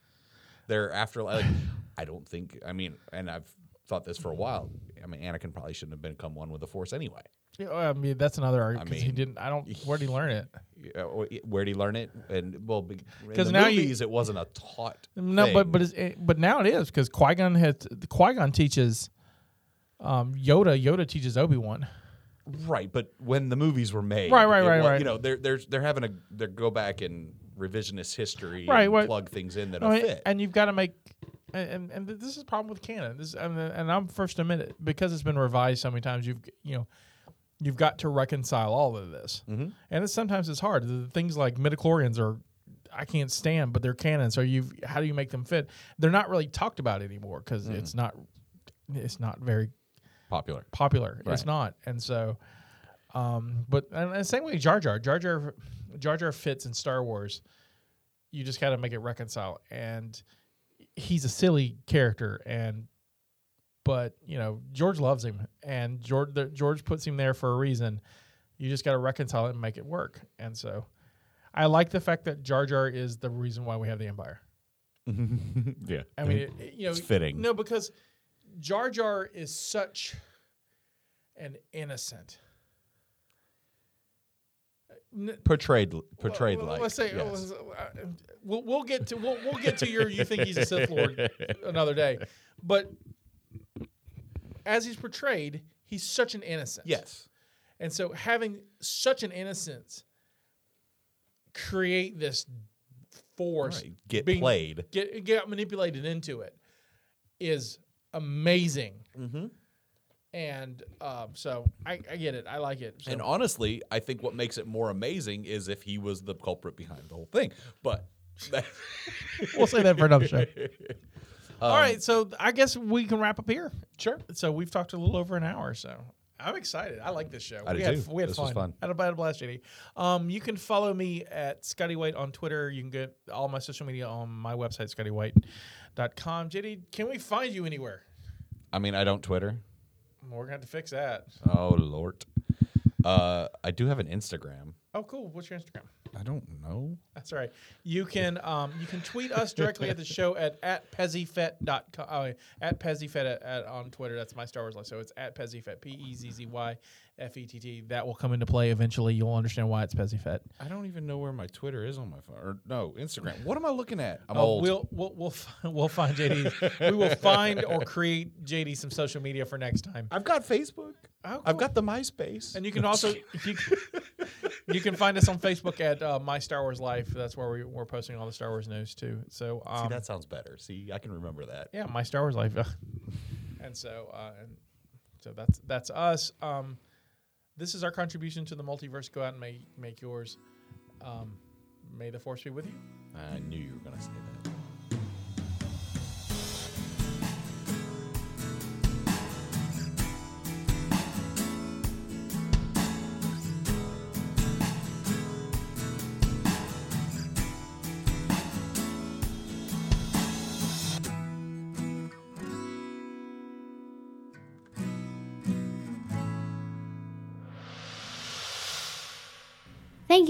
E: their afterlife. Like, I don't think. I mean, and I've thought this for a while. I mean, Anakin probably shouldn't have become one with the Force anyway.
D: Yeah, I mean that's another argument
E: I
D: because he
E: mean-
D: didn't. I don't. Where did he learn it?
E: Yeah, uh, or i- where would he learn it? And well, because
D: 'Cause
E: now
D: now you-
E: movies, it wasn't a taught.
D: No,
E: thing.
D: but but it's, it, but now it is because Qui Gon has Qui Gon teaches um, Yoda. Yoda teaches Obi Wan.
E: right, but when the movies were made,
D: Right, right,
E: it
D: right,
E: wa-
D: right.
E: You know, they're they're they're having a they are go back and revisionist history,
D: Right,
E: and
D: right.
E: plug things in that
D: No,
E: don't
D: and-
E: fit.
D: And you've got to make, and, and and this is a problem with canon. This and, and I'm first to admit it because it's been revised so many times. You've you know, you've got to reconcile all of this, mm-hmm. and it's sometimes it's hard. The things like midichlorians are, I can't stand, but they're canon. So you, have how do you make them fit? They're not really talked about anymore because
E: Mm-hmm.
D: it's not, it's not very
E: Popular. (laughs)
D: popular. It's
E: Right.
D: not, and so, um, but and the same way Jar Jar, Jar Jar, Jar Jar fits in Star Wars. You just gotta make it reconcile, and he's a silly character, and but you know George loves him, and George the, George puts him there for a reason. You just gotta reconcile it and make it work, and so. I like the fact that Jar Jar is the reason why we have the Empire.
E: Yeah,
D: I mean, it, it- you know,
E: It's fitting.
D: No, because Jar Jar is such an innocent. N-
E: Mm-hmm. portrayed portrayed like.
D: Let's say
E: yes.
D: let's- uh, we'll, we'll get to we'll, we'll get to your you think he's a Sith
E: (laughs)
D: Lord another day, but as he's portrayed, he's such an innocent.
E: yes.
D: and so having such an innocence create this force
E: Right, get
D: being-
E: played.
D: get get manipulated into it is amazing. Mm-hmm. And um, so I, I get it. I like it. So-
E: And honestly, I think what makes it more amazing is if he was the culprit behind the whole thing. But
D: we'll say that for another show.
E: Um,
D: All right, so I guess we can wrap up here. Sure. So we've talked a little over an hour, so I'm excited. I like this show.
E: I
D: we
E: do
D: had,
E: too.
D: We had
E: This
D: fun.
E: was fun.
D: I had a, I had a blast, JD. Um, you can follow me at Scotty White on Twitter. You can get all my social media on my website, scottywhite.com. JD, can we find you anywhere?
E: (laughs) I mean, I don't Twitter.
D: We're gonna have to fix that.
E: Oh lord. Uh, I do have an Instagram.
D: Oh, cool. What's your Instagram?
E: I don't know.
D: That's all right. You can um, you can tweet us directly at the show at at pezzyfet.com uh, at pezzyfet at, at, on Twitter. That's my Star Wars life. So it's at pezzyfet p e z z y f e t t. That will come into play eventually. You'll understand why it's pezzyfet.
E: I don't even know where my Twitter is on my phone. Or no, Instagram. What am I looking at? I'm
D: Oh,
E: old.
D: we'll we'll we'll, fi- (laughs) we'll find JD. we will find or create JD some social media for next time.
E: I've got Facebook.
D: Oh, cool.
E: I've got the MySpace.
D: And you can also you can, you (laughs) can find us on Facebook at uh, My Star Wars Life. That's where we, we're posting all the Star Wars news too. So um,
E: See, that sounds better. See, I can remember that.
D: yeah, my Star Wars life. (laughs) and so, uh, and so that's that's us. Um, this is our contribution to the multiverse. Go out and make make yours. Um, may the force be with you.
E: I knew you were gonna say that.
A: Thank